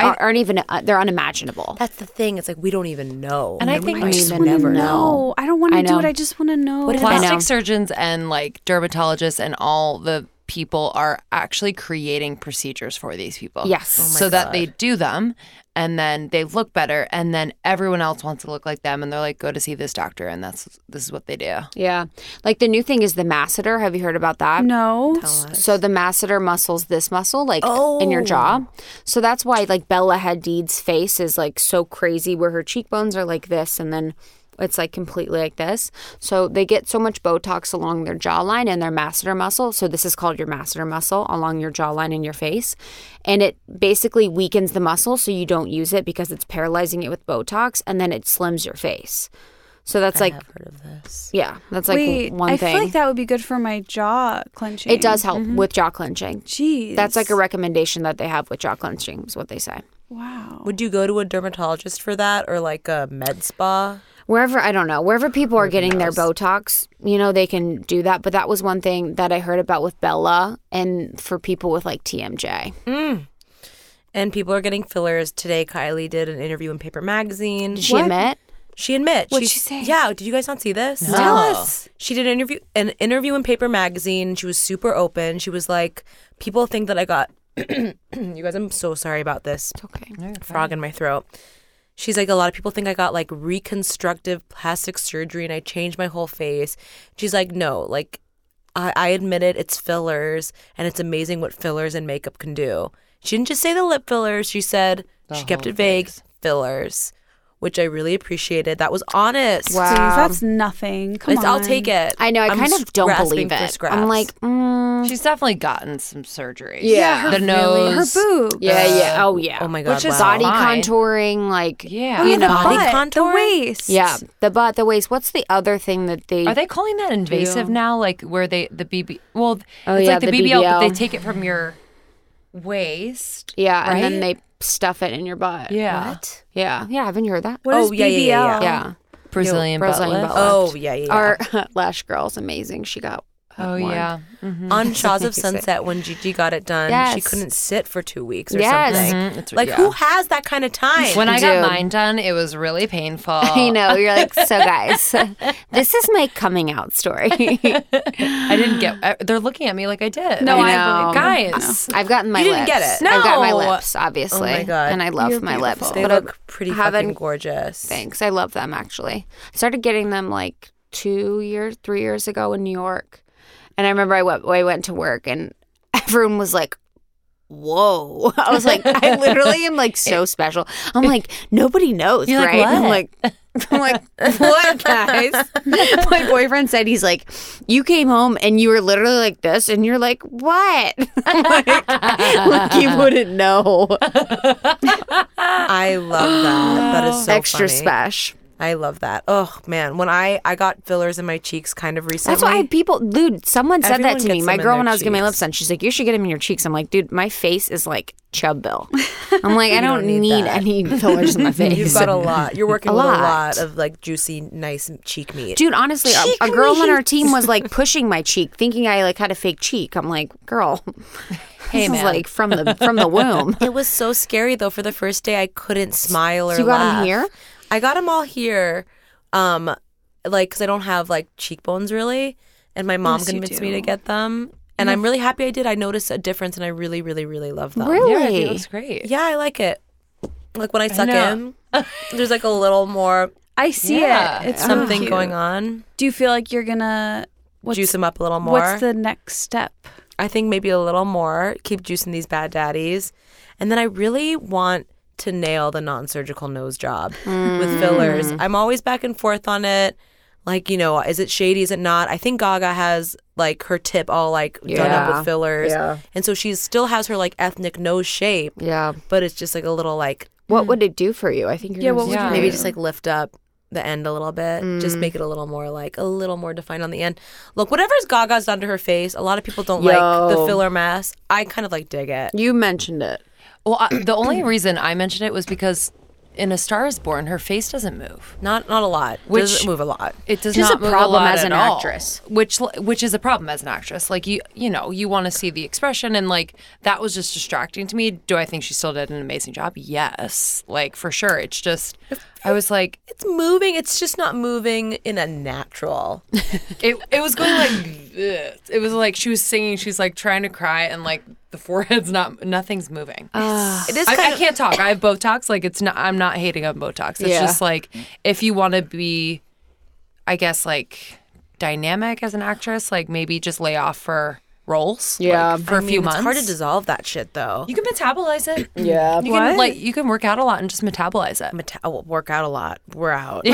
Speaker 4: are, aren't even uh, they're unimaginable
Speaker 3: That's the thing. It's like we don't even know.
Speaker 5: And I think
Speaker 4: I
Speaker 5: we
Speaker 4: just
Speaker 2: I
Speaker 4: wanna
Speaker 2: never
Speaker 4: know.
Speaker 2: know. I don't want
Speaker 4: I
Speaker 2: to do it.
Speaker 4: know.
Speaker 2: I just want to know.
Speaker 4: I know.
Speaker 5: plastic surgeons and like dermatologists and all the people are actually creating procedures for these people.
Speaker 4: Yes. Oh my
Speaker 5: so that they do them and then they look better and then everyone else wants to look like them and they're like go to see this doctor and that's this is what they do.
Speaker 4: yeah like the new thing is the masseter have you heard about that
Speaker 2: no.
Speaker 4: So the masseter muscle's this muscle, like in your jaw.
Speaker 2: Oh.
Speaker 4: So that's why like Bella Hadid's face is like so crazy, where her cheekbones are like this, and then it's like completely like this. So they get so much Botox along their jawline and their masseter muscle. So this is called your masseter muscle along your jawline and your face, and it basically weakens the muscle, so you don't use it because it's paralyzing it with Botox, and then it slims your face. So that's like,
Speaker 3: I've heard of this.
Speaker 4: yeah, that's like
Speaker 2: Wait,
Speaker 4: one
Speaker 2: I
Speaker 4: thing.
Speaker 2: feel like that Mm-hmm. would be good for my jaw clenching.
Speaker 4: it does help with jaw clenching.
Speaker 2: Jeez.
Speaker 4: That's like a recommendation that they have with jaw clenching, is what they say.
Speaker 2: wow.
Speaker 3: Would you go to a dermatologist for that or like a med spa?
Speaker 4: wherever I don't know wherever people are getting their Botox, you know they can do that. But that was one thing that I heard about with Bella and for people with like TMJ.
Speaker 3: And people are getting fillers today. Kylie did an interview in Paper Magazine.
Speaker 4: Did she admit?
Speaker 3: She admit.
Speaker 4: What'd
Speaker 3: she's-
Speaker 4: she say?
Speaker 3: Yeah. Did you guys not see this?
Speaker 5: No. Tell
Speaker 3: us. She did an interview, an interview in Paper Magazine. She was super open. She was like, people think that I got. *clears throat* you guys, I'm so sorry about this
Speaker 4: Okay.
Speaker 3: frog in my throat. She's like, a lot of people think I got like reconstructive plastic surgery and I changed my whole face. She's like, no, like I, I admit it, it's fillers and it's amazing what fillers and makeup can do. She didn't just say the lip fillers, she said she kept it vague, fillers, which I really appreciated. That was honest.
Speaker 4: Wow.
Speaker 2: Jeez, that's nothing. Come
Speaker 3: It's-
Speaker 2: on.
Speaker 3: I'll take it.
Speaker 4: I know. I
Speaker 3: I'm
Speaker 4: kind of don't
Speaker 3: grasping
Speaker 4: believe
Speaker 3: for
Speaker 4: it. I'm
Speaker 3: scraps.
Speaker 4: like, mm,
Speaker 5: She's definitely gotten some surgery.
Speaker 4: Yeah.
Speaker 5: the
Speaker 2: Her
Speaker 5: nose.
Speaker 2: boob.
Speaker 4: yeah, yeah, oh yeah.
Speaker 3: Oh my God,
Speaker 4: Which is
Speaker 3: wow.
Speaker 4: body
Speaker 5: Fine.
Speaker 4: contouring, like
Speaker 5: Yeah. Oh,
Speaker 4: you
Speaker 5: yeah, the
Speaker 4: know,
Speaker 3: body
Speaker 2: But
Speaker 3: contour?
Speaker 2: The waist.
Speaker 4: yeah, the butt, the waist. What's the other thing that they?
Speaker 5: Are they calling that invasive now? Like where they the BB? Well,
Speaker 4: Oh,
Speaker 5: it's
Speaker 4: yeah,
Speaker 5: like the,
Speaker 4: the
Speaker 5: BBL, but they
Speaker 4: BBL.
Speaker 5: take it from your waist.
Speaker 4: yeah, and then
Speaker 5: Right?
Speaker 4: they stuff it in your butt.
Speaker 5: Yeah.
Speaker 4: What? Yeah, yeah. Haven't you heard that?
Speaker 2: What
Speaker 3: Oh,
Speaker 2: is
Speaker 3: yeah, yeah, yeah,
Speaker 2: BBL?
Speaker 4: Yeah.
Speaker 5: Brazilian,
Speaker 4: Brazilian
Speaker 5: butt lift.
Speaker 4: butt
Speaker 3: Oh,
Speaker 4: lift.
Speaker 3: yeah, yeah. yeah.
Speaker 4: Our *laughs* lash girl's amazing. She got.
Speaker 5: Oh
Speaker 4: one.
Speaker 5: yeah. Mm-hmm.
Speaker 3: on Shaws of Sunset when Gigi got it done, she
Speaker 4: Yes.
Speaker 3: couldn't sit for two weeks or
Speaker 4: Yes. Mm-hmm.
Speaker 3: something.
Speaker 5: It's,
Speaker 3: Like
Speaker 5: yeah.
Speaker 3: who has that kind of time?
Speaker 5: When I got
Speaker 4: Dude.
Speaker 5: mine done, it was really
Speaker 4: *laughs*
Speaker 5: painful. *laughs*
Speaker 4: I know. You're like, so guys, *laughs* this is my coming
Speaker 3: *laughs*
Speaker 4: out story.
Speaker 5: I didn't get. I, they're looking at me like I did.
Speaker 2: No, I,
Speaker 4: I know.
Speaker 2: believe you.
Speaker 5: guys.
Speaker 4: I've gotten my
Speaker 3: You didn't
Speaker 4: lips.
Speaker 3: get it.
Speaker 4: I've got my
Speaker 3: No.
Speaker 4: lips, obviously.
Speaker 3: Oh my God.
Speaker 4: And I love
Speaker 2: You're
Speaker 4: my lips.
Speaker 2: beautiful.
Speaker 3: they
Speaker 4: But I'm-
Speaker 3: look pretty
Speaker 4: haven't-
Speaker 3: fucking gorgeous.
Speaker 4: thanks. I love them actually. I started getting them like two years, three years ago in New York. And I remember I went I went to work and *laughs* everyone was like, Whoa. *laughs* I was like, I literally am like
Speaker 5: *laughs*
Speaker 4: so special. I'm like, nobody knows,
Speaker 5: You're like,
Speaker 4: right? I'm
Speaker 5: "What?"
Speaker 4: like I'm like, what
Speaker 5: *laughs*
Speaker 4: guys? My boyfriend said he's like, you came home and you were literally like this, and you're like, what? *laughs* I'm like, like
Speaker 5: *laughs*
Speaker 4: he wouldn't know.
Speaker 3: I love that. That is so
Speaker 4: Extra
Speaker 3: funny.
Speaker 4: special.
Speaker 3: I love that. Oh man, when I I got fillers in my cheeks kind of recently.
Speaker 4: That's why people, dude. Someone said
Speaker 3: Everyone
Speaker 4: that to me.
Speaker 3: gets
Speaker 4: My
Speaker 3: them in
Speaker 4: girl,
Speaker 3: their
Speaker 4: when I was getting my
Speaker 3: cheeks.
Speaker 4: lips done, she's like, "You should get them in your cheeks." I'm like, dude, my face is like chub bill. I'm like, I don't,
Speaker 3: need
Speaker 4: need,
Speaker 3: that.
Speaker 4: any fillers in my face.
Speaker 3: You've got a lot. You're working
Speaker 4: *laughs* A
Speaker 3: with a
Speaker 4: lot.
Speaker 3: lot of like juicy, nice cheek meat.
Speaker 4: Dude, honestly, a, a girl on our team was like pushing my cheek, thinking I like had a fake cheek. I'm like, girl, hey this is
Speaker 5: man.
Speaker 4: like from the from the womb.
Speaker 3: It was so scary though. For the first day, I couldn't smile or.
Speaker 4: you got 'em
Speaker 3: laugh.
Speaker 4: here?
Speaker 3: I got them all here, um, like because I don't have like cheekbones really, and my mom
Speaker 2: Yes, you
Speaker 3: convinced me
Speaker 2: do. Mm-hmm.
Speaker 3: to get them, and I'm really happy I did. I noticed a difference, and I really, really, really love them.
Speaker 5: Yeah, I think it
Speaker 4: Really?
Speaker 5: looks great.
Speaker 3: Yeah, I like it. Like when I suck
Speaker 5: know.
Speaker 3: in, there's like a little more
Speaker 2: I see
Speaker 5: Yeah.
Speaker 2: it. It's really
Speaker 3: something
Speaker 2: cute.
Speaker 3: going on.
Speaker 2: Do you feel like you're gonna what's,
Speaker 3: Juice them up a little more.
Speaker 2: What's the next step?
Speaker 3: I think maybe a little more. Keep juicing these bad daddies. And then I really want to nail the non surgical nose job
Speaker 4: Hmm.
Speaker 3: with fillers. I'm always back and forth on it. Like, you know, is it shady? Is it not? I think Gaga has like her tip all like done up
Speaker 4: Yeah.
Speaker 3: with fillers. And so she still has her like ethnic nose shape,
Speaker 4: Yeah.
Speaker 3: but it's just like a little like
Speaker 4: What would it do for you? I think. You're
Speaker 2: Yeah,
Speaker 4: gonna
Speaker 2: what would
Speaker 4: say-
Speaker 5: Yeah.
Speaker 2: you
Speaker 3: maybe
Speaker 2: do?
Speaker 3: just like lift up the end a little bit. Just
Speaker 4: Mm.
Speaker 3: make it a little more like a little more defined on the end. Look, whatever's Gaga's done to her face, a lot of people don't like the
Speaker 4: Yo.
Speaker 3: filler mask. I kind of like dig it.
Speaker 4: You mentioned it.
Speaker 5: Well, I, the only reason I mentioned it was because in A Star Is Born, her face doesn't move.
Speaker 3: Not not a lot.
Speaker 5: Which-
Speaker 3: Doesn't move a lot.
Speaker 5: It does
Speaker 4: Which is
Speaker 5: not
Speaker 4: a
Speaker 5: move
Speaker 4: problem
Speaker 5: lot
Speaker 4: as an
Speaker 5: at all,
Speaker 4: actress.
Speaker 5: which l- which is a problem as an actress. Like you, you know, you want to see the expression, and like that was just distracting to me. Do I think she still did an amazing job? Yes, like for sure. It's just, I was like,
Speaker 3: It's moving. It's just not moving in a natural.
Speaker 5: it it was going like this. It was like she was singing. She's like trying to cry, and like the forehead's not, nothing's moving.
Speaker 3: It is
Speaker 5: I,
Speaker 3: kind
Speaker 5: I
Speaker 3: of
Speaker 5: can't talk. I have Botox. Like it's not. I'm not hating on Botox. It's
Speaker 4: Yeah.
Speaker 5: just like if you want to be, I guess like dynamic as an actress, like maybe just lay off for roles. like,
Speaker 4: Yeah.
Speaker 5: for a few
Speaker 3: it's
Speaker 5: months.
Speaker 3: hard to dissolve that shit though.
Speaker 5: you can metabolize it.
Speaker 4: Yeah.
Speaker 5: You can like you can work out a lot and just metabolize it.
Speaker 3: Meta- I will work out a lot. We're out.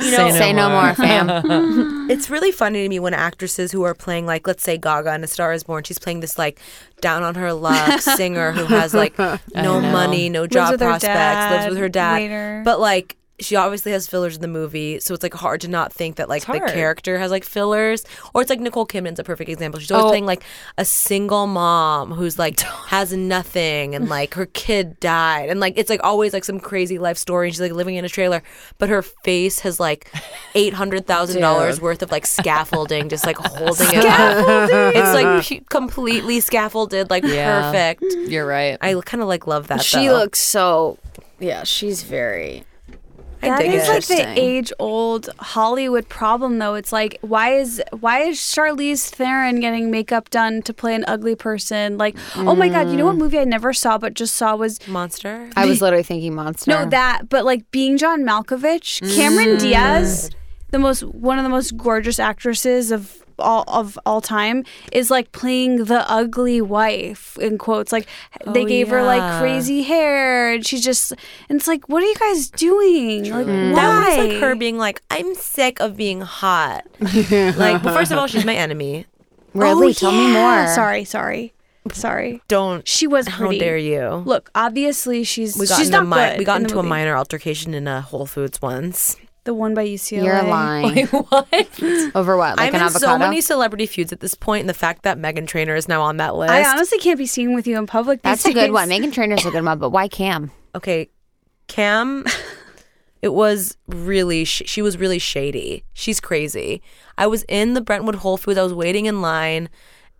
Speaker 4: Say no more, fam.
Speaker 3: it's really funny to me when actresses who are playing like let's say Gaga in A Star Is Born, she's playing this like down on her *laughs* luck *laughs* singer who has like no money, no job
Speaker 2: with her
Speaker 3: prospects, lives
Speaker 2: dad
Speaker 3: with her dad.
Speaker 2: later.
Speaker 3: But like she obviously has fillers in the movie, so it's like hard to not think that like the
Speaker 5: hard.
Speaker 3: character has like fillers. Or it's like Nicole Kidman's a perfect example. She's always
Speaker 5: Oh.
Speaker 3: playing like a single mom who's
Speaker 5: *laughs*
Speaker 3: like has nothing and like her kid died and like it's like always like some crazy life story and she's like living in a trailer, but her face has
Speaker 5: *laughs*
Speaker 3: like eight hundred thousand dollars worth of like scaffolding just like holding it up. It's like pu- completely scaffolded, like
Speaker 5: Yeah.
Speaker 3: perfect.
Speaker 5: You're right.
Speaker 3: I kind of like love that.
Speaker 4: She
Speaker 3: though.
Speaker 4: looks so. Yeah, she's very.
Speaker 3: I
Speaker 2: That
Speaker 3: dig
Speaker 2: is
Speaker 3: it.
Speaker 2: like the
Speaker 4: Interesting.
Speaker 2: age old Hollywood problem, though. It's like, why is why is Charlize Theron getting makeup done to play an ugly person? Like, oh my god, you know
Speaker 3: Mm.
Speaker 2: what movie I never saw but just saw was
Speaker 3: monster.
Speaker 4: I was literally thinking monster.
Speaker 2: no that, but like being John Malkovich,
Speaker 3: Mm.
Speaker 2: Cameron Diaz, the most one of the most gorgeous actresses of all of all time is like playing the ugly wife in quotes. Like they gave her like
Speaker 3: Oh, yeah.
Speaker 2: crazy hair, and she just and it's like, what are you guys doing? Like, why?
Speaker 3: That was like her being like, I'm sick of being hot. like, but first of all, she's my enemy. Oh,
Speaker 4: Really, tell me
Speaker 2: Oh, yeah.
Speaker 4: more.
Speaker 2: Sorry, sorry, sorry.
Speaker 3: Don't.
Speaker 2: She was
Speaker 3: How
Speaker 2: pretty.
Speaker 3: dare you?
Speaker 2: Look, obviously she's
Speaker 3: we got
Speaker 2: she's
Speaker 3: into,
Speaker 2: not
Speaker 3: a, mi-
Speaker 2: good
Speaker 3: we got
Speaker 2: in the
Speaker 3: into a
Speaker 2: movie.
Speaker 3: minor altercation in a Whole Foods once.
Speaker 2: The one by UCLA.
Speaker 4: You're lying. *laughs* Over what?
Speaker 3: I'm
Speaker 4: Like an
Speaker 3: in
Speaker 4: avocado?
Speaker 3: so many celebrity feuds at this point, and the fact that Megan Trainor is now on that list.
Speaker 2: I honestly can't be seen with you in public.
Speaker 4: That's a
Speaker 2: these
Speaker 4: good
Speaker 2: days.
Speaker 4: one. Megan Trainor's a good one, but
Speaker 3: *laughs*
Speaker 4: why Cam?
Speaker 3: okay, Cam, it was really sh- she was really shady. She's crazy. I was in the Brentwood Whole Foods. I was waiting in line,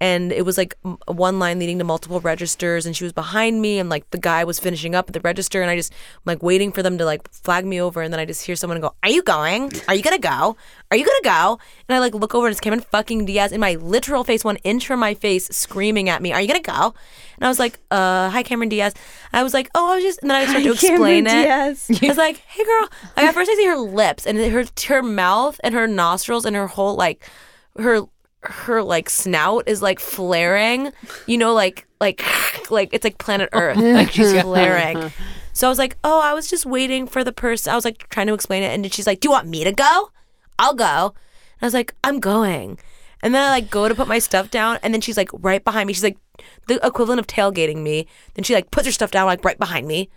Speaker 3: and it was like m- one line leading to multiple registers, and she was behind me, and like the guy was finishing up at the register, and I just I'm, like waiting for them to like flag me over, and then I just hear someone go, "Are you going? Are you gonna go? Are you gonna go?" And I like look over, and it's Cameron fucking Diaz in my literal face, one inch from my face, screaming at me, "Are you gonna go?" And I was like, "Uh, hi, Cameron Diaz." I was like, "Oh, I was just," and then I started
Speaker 2: *laughs*
Speaker 3: to explain
Speaker 2: Cameron
Speaker 3: it.
Speaker 2: Diaz.
Speaker 3: *laughs* I was like, "Hey, girl." Like, at first, I see her lips and her her mouth and her nostrils and her whole like her her like snout is like flaring. You know, like like *sighs* like it's like planet Earth. Like she's flaring. So I was like, "Oh, I was just waiting for the person." I was like trying to explain it, and then she's like, "Do you want me to go? I'll go." And I was like, "I'm going." And then I like go to put my stuff down, and then she's like right behind me. She's like the equivalent of tailgating me. Then she like puts her stuff down like right behind me.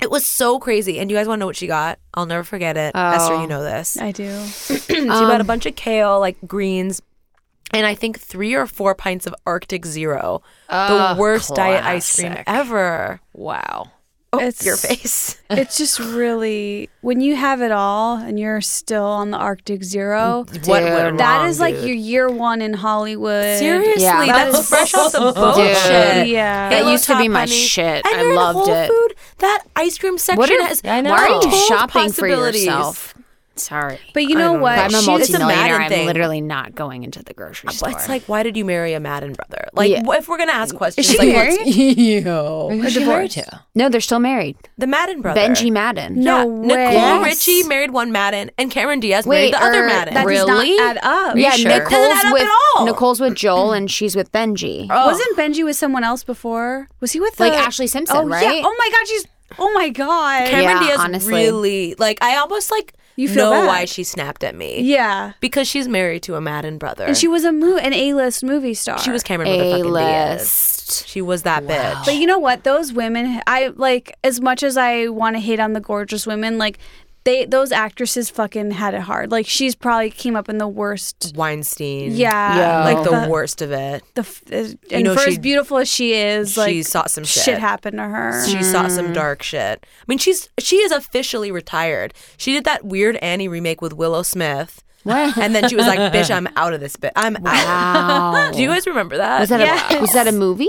Speaker 3: It was so crazy. And you guys want to know what she got? I'll never forget it. Esther, you know
Speaker 2: *clears throat*
Speaker 3: this.
Speaker 2: I do.
Speaker 3: she got a bunch of kale, like greens, and I think three or four pints of Arctic Zero. the worst diet ice cream
Speaker 5: classic.
Speaker 3: ever.
Speaker 5: wow.
Speaker 3: Oh,
Speaker 2: It's-
Speaker 3: your
Speaker 4: *laughs*
Speaker 3: face.
Speaker 2: It's just really when you have it all and you're still on the Arctic Zero.
Speaker 3: What went wrong?
Speaker 2: That is like
Speaker 3: dude?
Speaker 2: your year one in Hollywood.
Speaker 3: Seriously,
Speaker 4: Yeah.
Speaker 3: that's
Speaker 2: That
Speaker 3: fresh
Speaker 2: *laughs*
Speaker 3: off the boat
Speaker 4: Dude.
Speaker 3: shit.
Speaker 2: Yeah.
Speaker 4: That
Speaker 3: Halo
Speaker 4: used to be
Speaker 3: Top,
Speaker 4: my
Speaker 3: honey. And
Speaker 4: shit. I
Speaker 3: you're in
Speaker 4: loved
Speaker 3: Whole
Speaker 4: it.
Speaker 3: Food, that ice cream section
Speaker 4: What are,
Speaker 3: has.
Speaker 4: Why are you
Speaker 3: untold
Speaker 4: shopping for
Speaker 3: possibilities.
Speaker 4: yourself? Sorry.
Speaker 2: But you know what?
Speaker 4: I'm a
Speaker 2: She-
Speaker 3: it's a Madden
Speaker 4: multimillionaire. I'm
Speaker 3: thing.
Speaker 4: literally not going into the grocery
Speaker 3: But
Speaker 4: store.
Speaker 3: it's like, why did you marry a Madden brother? Like,
Speaker 4: Yeah.
Speaker 3: wh- if we're gonna ask questions,
Speaker 2: Is she
Speaker 3: like, what's-
Speaker 2: married?
Speaker 5: Who she married to?
Speaker 4: no, they're still married.
Speaker 3: *laughs* the Madden brother,
Speaker 4: Benji Madden.
Speaker 2: No
Speaker 3: Yeah,
Speaker 2: way.
Speaker 3: Nicole
Speaker 2: Yes.
Speaker 3: Richie married one Madden, and Cameron Diaz married
Speaker 4: Wait,
Speaker 3: the other
Speaker 4: er,
Speaker 3: Madden.
Speaker 2: That
Speaker 5: Really?
Speaker 2: does not add up.
Speaker 4: Yeah,
Speaker 5: sure? It
Speaker 3: doesn't
Speaker 4: Nicole's
Speaker 3: add up
Speaker 4: with
Speaker 3: at all. Oh.
Speaker 4: Nicole's with Joel and she's with Benji.
Speaker 2: Wasn't Benji with someone else before? Was he with
Speaker 4: Oh. Like
Speaker 2: the-
Speaker 4: Ashley Simpson,
Speaker 2: oh,
Speaker 4: right?
Speaker 2: Yeah. Oh my god, she's. Oh my god.
Speaker 3: Cameron
Speaker 4: Yeah,
Speaker 3: Diaz
Speaker 4: honestly.
Speaker 3: really like. I almost like
Speaker 2: You
Speaker 3: know
Speaker 2: feel bad.
Speaker 3: why she snapped at me
Speaker 2: yeah.
Speaker 3: because she's married to a Madden brother,
Speaker 2: And she was a mo- an A-list movie star.
Speaker 3: she was Cameron
Speaker 4: A
Speaker 3: motherfucking Diaz.
Speaker 4: list.
Speaker 3: She was that bitch.
Speaker 2: But you know what? Those women, I like as much as I want to hate on the gorgeous women, like they those actresses fucking had it hard. Like she's probably came up in the worst.
Speaker 3: Weinstein,
Speaker 2: Yeah.
Speaker 4: Yeah.
Speaker 3: like the,
Speaker 2: the-
Speaker 3: worst of it.
Speaker 2: The f- uh, and
Speaker 3: know,
Speaker 2: for
Speaker 3: she-
Speaker 2: as beautiful as she is,
Speaker 3: she
Speaker 2: like
Speaker 3: saw some shit.
Speaker 2: Shit happened to her.
Speaker 3: She saw
Speaker 4: Mm.
Speaker 3: some dark shit. I mean, she's she is officially retired. She did that weird Annie remake with Willow Smith, and then she was like, "Bitch,
Speaker 4: *laughs*
Speaker 3: I'm out of this bit. I'm
Speaker 4: Wow.
Speaker 3: out." Do you guys remember that?
Speaker 4: Was
Speaker 3: *laughs*
Speaker 4: that a
Speaker 2: Yes.
Speaker 4: was that a movie?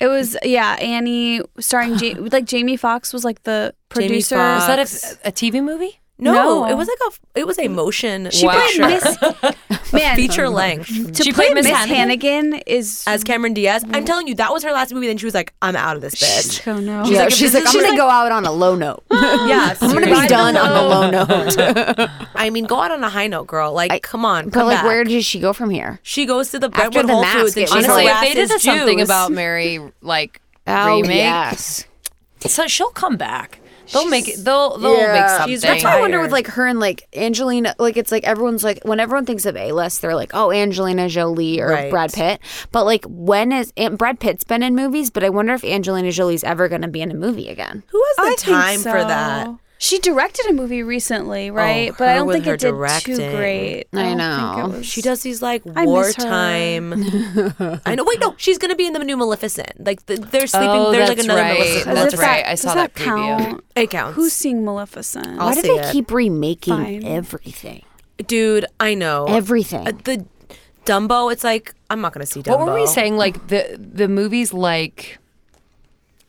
Speaker 2: It was yeah, Annie starting
Speaker 3: *sighs*
Speaker 2: ja- like Jamie Foxx was like the
Speaker 3: Jamie
Speaker 2: producer.
Speaker 3: Foxx.
Speaker 5: Is that a, a TV movie?
Speaker 3: no,
Speaker 2: No.
Speaker 3: It was like a f- it was a motion
Speaker 2: She played
Speaker 3: picture.
Speaker 2: Miss Man.
Speaker 3: feature length
Speaker 2: To
Speaker 5: She
Speaker 2: play
Speaker 5: played
Speaker 2: Miss
Speaker 5: Miss
Speaker 2: Hannigan, is
Speaker 3: as Cameron Diaz.
Speaker 4: Mm.
Speaker 3: I'm telling you, that was her last movie. Then she was like, "I'm out of this bitch."
Speaker 2: oh no.
Speaker 4: yeah,
Speaker 3: like, if
Speaker 4: she's
Speaker 3: this
Speaker 4: like,
Speaker 3: is-
Speaker 4: I'm
Speaker 3: she's
Speaker 4: gonna
Speaker 3: like-
Speaker 4: go out on a low
Speaker 3: *laughs*
Speaker 4: note.
Speaker 3: yeah,
Speaker 4: I'm gonna be done on a low
Speaker 5: *laughs*
Speaker 4: note.
Speaker 3: I mean, go out on a high note, girl. Like, come on,
Speaker 4: But
Speaker 3: come
Speaker 4: like,
Speaker 3: back.
Speaker 4: where does she go from here?
Speaker 3: she goes to the
Speaker 4: After
Speaker 3: Brentwood
Speaker 4: the
Speaker 3: Whole
Speaker 4: mask,
Speaker 3: Foods and
Speaker 4: it
Speaker 3: she
Speaker 4: was like-
Speaker 5: Honestly, if
Speaker 3: harasses
Speaker 5: they did something
Speaker 3: Jews.
Speaker 5: about Mary, like
Speaker 4: *laughs* Oh,
Speaker 5: remake,
Speaker 4: yes.
Speaker 5: so she'll come back. They'll make it. They'll they'll make
Speaker 4: Yeah.
Speaker 5: something.
Speaker 4: That's why I wonder with like her and like Angelina. Like it's like everyone's like when everyone thinks of A list, they're like, oh, Angelina Jolie or
Speaker 3: Right.
Speaker 4: Brad Pitt. But like when is and Brad Pitt's been in movies? But I wonder if Angelina Jolie's ever going to be in a movie again.
Speaker 3: Who has the
Speaker 2: I think
Speaker 3: time for that?
Speaker 2: so. She directed a movie recently, right?
Speaker 3: Oh,
Speaker 2: but I
Speaker 3: her
Speaker 2: don't
Speaker 3: with
Speaker 2: think
Speaker 3: her
Speaker 2: it did too
Speaker 3: directing.
Speaker 2: great.
Speaker 4: I
Speaker 2: don't think it
Speaker 4: know.
Speaker 2: was-
Speaker 3: She does these like
Speaker 2: I miss her.
Speaker 3: wartime. I know. Wait, no, she's gonna be in the new Maleficent. Like th they're sleeping.
Speaker 5: Oh,
Speaker 3: there's
Speaker 5: that's
Speaker 3: like another
Speaker 5: right.
Speaker 3: Maleficent.
Speaker 2: Does
Speaker 5: That's
Speaker 2: it-
Speaker 5: right. I
Speaker 2: does
Speaker 5: saw that preview.
Speaker 2: count?
Speaker 3: It counts.
Speaker 2: Who's seeing Maleficent?
Speaker 3: I'll
Speaker 4: Why do
Speaker 3: see
Speaker 4: they
Speaker 3: it.
Speaker 4: keep remaking
Speaker 2: Fine.
Speaker 4: everything?
Speaker 3: Dude, I know.
Speaker 4: Everything.
Speaker 3: Uh, the Dumbo. It's like I'm not gonna see Dumbo.
Speaker 5: What were we saying? Like the the movies like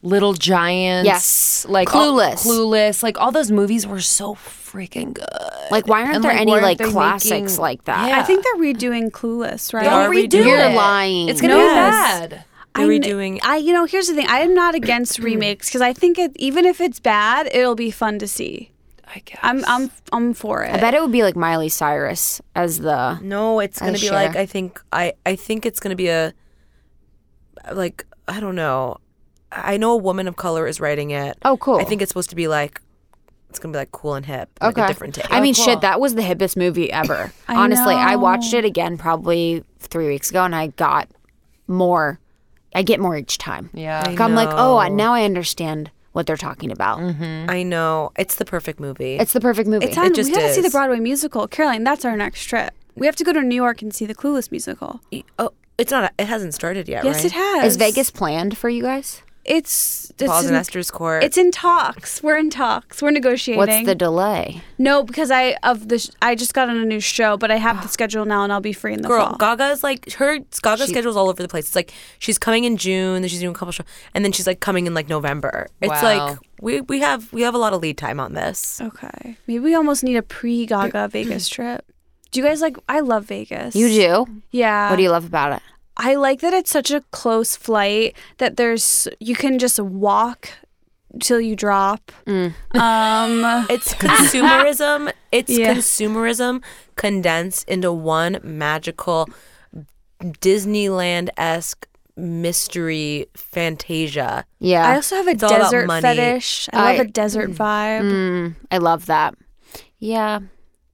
Speaker 5: Little Giants.
Speaker 4: Yes.
Speaker 5: Like all-
Speaker 4: Clueless.
Speaker 5: Clueless. Like all those movies were so freaking good.
Speaker 4: like, why aren't
Speaker 5: And,
Speaker 4: there
Speaker 5: like,
Speaker 4: any
Speaker 5: why aren't
Speaker 4: like
Speaker 5: they
Speaker 4: classics
Speaker 5: making-
Speaker 4: like that?
Speaker 5: Yeah.
Speaker 2: I think they're redoing Clueless, right?
Speaker 3: They are
Speaker 5: Don't
Speaker 3: redoing
Speaker 5: redo
Speaker 4: You're
Speaker 5: it.
Speaker 4: lying.
Speaker 5: It's gonna
Speaker 2: Yes.
Speaker 5: be bad.
Speaker 2: I
Speaker 3: They're
Speaker 2: kn-
Speaker 3: redoing-
Speaker 2: I, you know, here's the thing. I am not against remakes because I think it, even if it's bad, it'll be fun to see.
Speaker 5: I guess.
Speaker 2: I'm, I'm, I'm for it.
Speaker 4: I bet it would be like Miley Cyrus as the
Speaker 3: No, it's gonna
Speaker 4: I
Speaker 3: be like
Speaker 4: share.
Speaker 3: I think I I think it's gonna be a like I don't know. I know a woman of color is writing it.
Speaker 4: Oh, cool.
Speaker 3: I think it's supposed to be like it's gonna be like cool and hip. Like a different take.
Speaker 4: I mean, shit, that was the hippest movie ever.
Speaker 2: I
Speaker 4: Honestly, Oh, *gasps* I watched
Speaker 2: know.
Speaker 4: it again probably three weeks ago, and I got more. I get more each time.
Speaker 5: Yeah.
Speaker 4: Like, I'm like, oh, I-
Speaker 3: know.
Speaker 4: now I understand what they're talking about.
Speaker 3: I know it's the perfect movie.
Speaker 4: It's the perfect movie.
Speaker 2: it's on.
Speaker 3: just
Speaker 2: we gotta see the
Speaker 3: is.
Speaker 2: Broadway musical, Caroline. That's our next trip. We have to go to New York and see the Clueless musical.
Speaker 3: oh, it's not. It hasn't started yet.
Speaker 2: Yes,
Speaker 3: right?
Speaker 2: it has.
Speaker 4: Is Vegas planned for you guys?
Speaker 2: It's it's
Speaker 3: Paul's and
Speaker 2: in-
Speaker 3: Esther's court.
Speaker 2: It's in talks. We're in talks. We're negotiating.
Speaker 4: What's the delay?
Speaker 2: no? Because I of the sh- I just got on a new show, but I
Speaker 4: *gasps*
Speaker 2: have the schedule now, and I'll be free in the
Speaker 3: girl.
Speaker 2: fall.
Speaker 3: Gaga's like her Gaga schedule's all over the place. It's like she's coming in June, then she's doing a couple shows, and then she's like coming in like November. It's
Speaker 5: Wow.
Speaker 3: like we we have we have a lot of lead time on
Speaker 2: *sighs*
Speaker 3: this.
Speaker 2: Okay, maybe we almost need a
Speaker 4: *clears throat*
Speaker 2: pre Gaga Vegas trip. Do you guys like? I love Vegas.
Speaker 4: You do.
Speaker 2: Yeah.
Speaker 4: What do you love about it?
Speaker 2: I like that it's such a close flight that there's you can just walk till you drop. Um,
Speaker 3: It's *laughs* consumerism. It's
Speaker 2: Yeah.
Speaker 3: consumerism condensed into one magical Disneyland esque mystery fantasia.
Speaker 4: Yeah,
Speaker 2: I also have a
Speaker 3: all about
Speaker 2: desert
Speaker 3: money.
Speaker 2: fetish. I love
Speaker 4: I-
Speaker 2: a desert vibe.
Speaker 4: Mm, I love that. Yeah,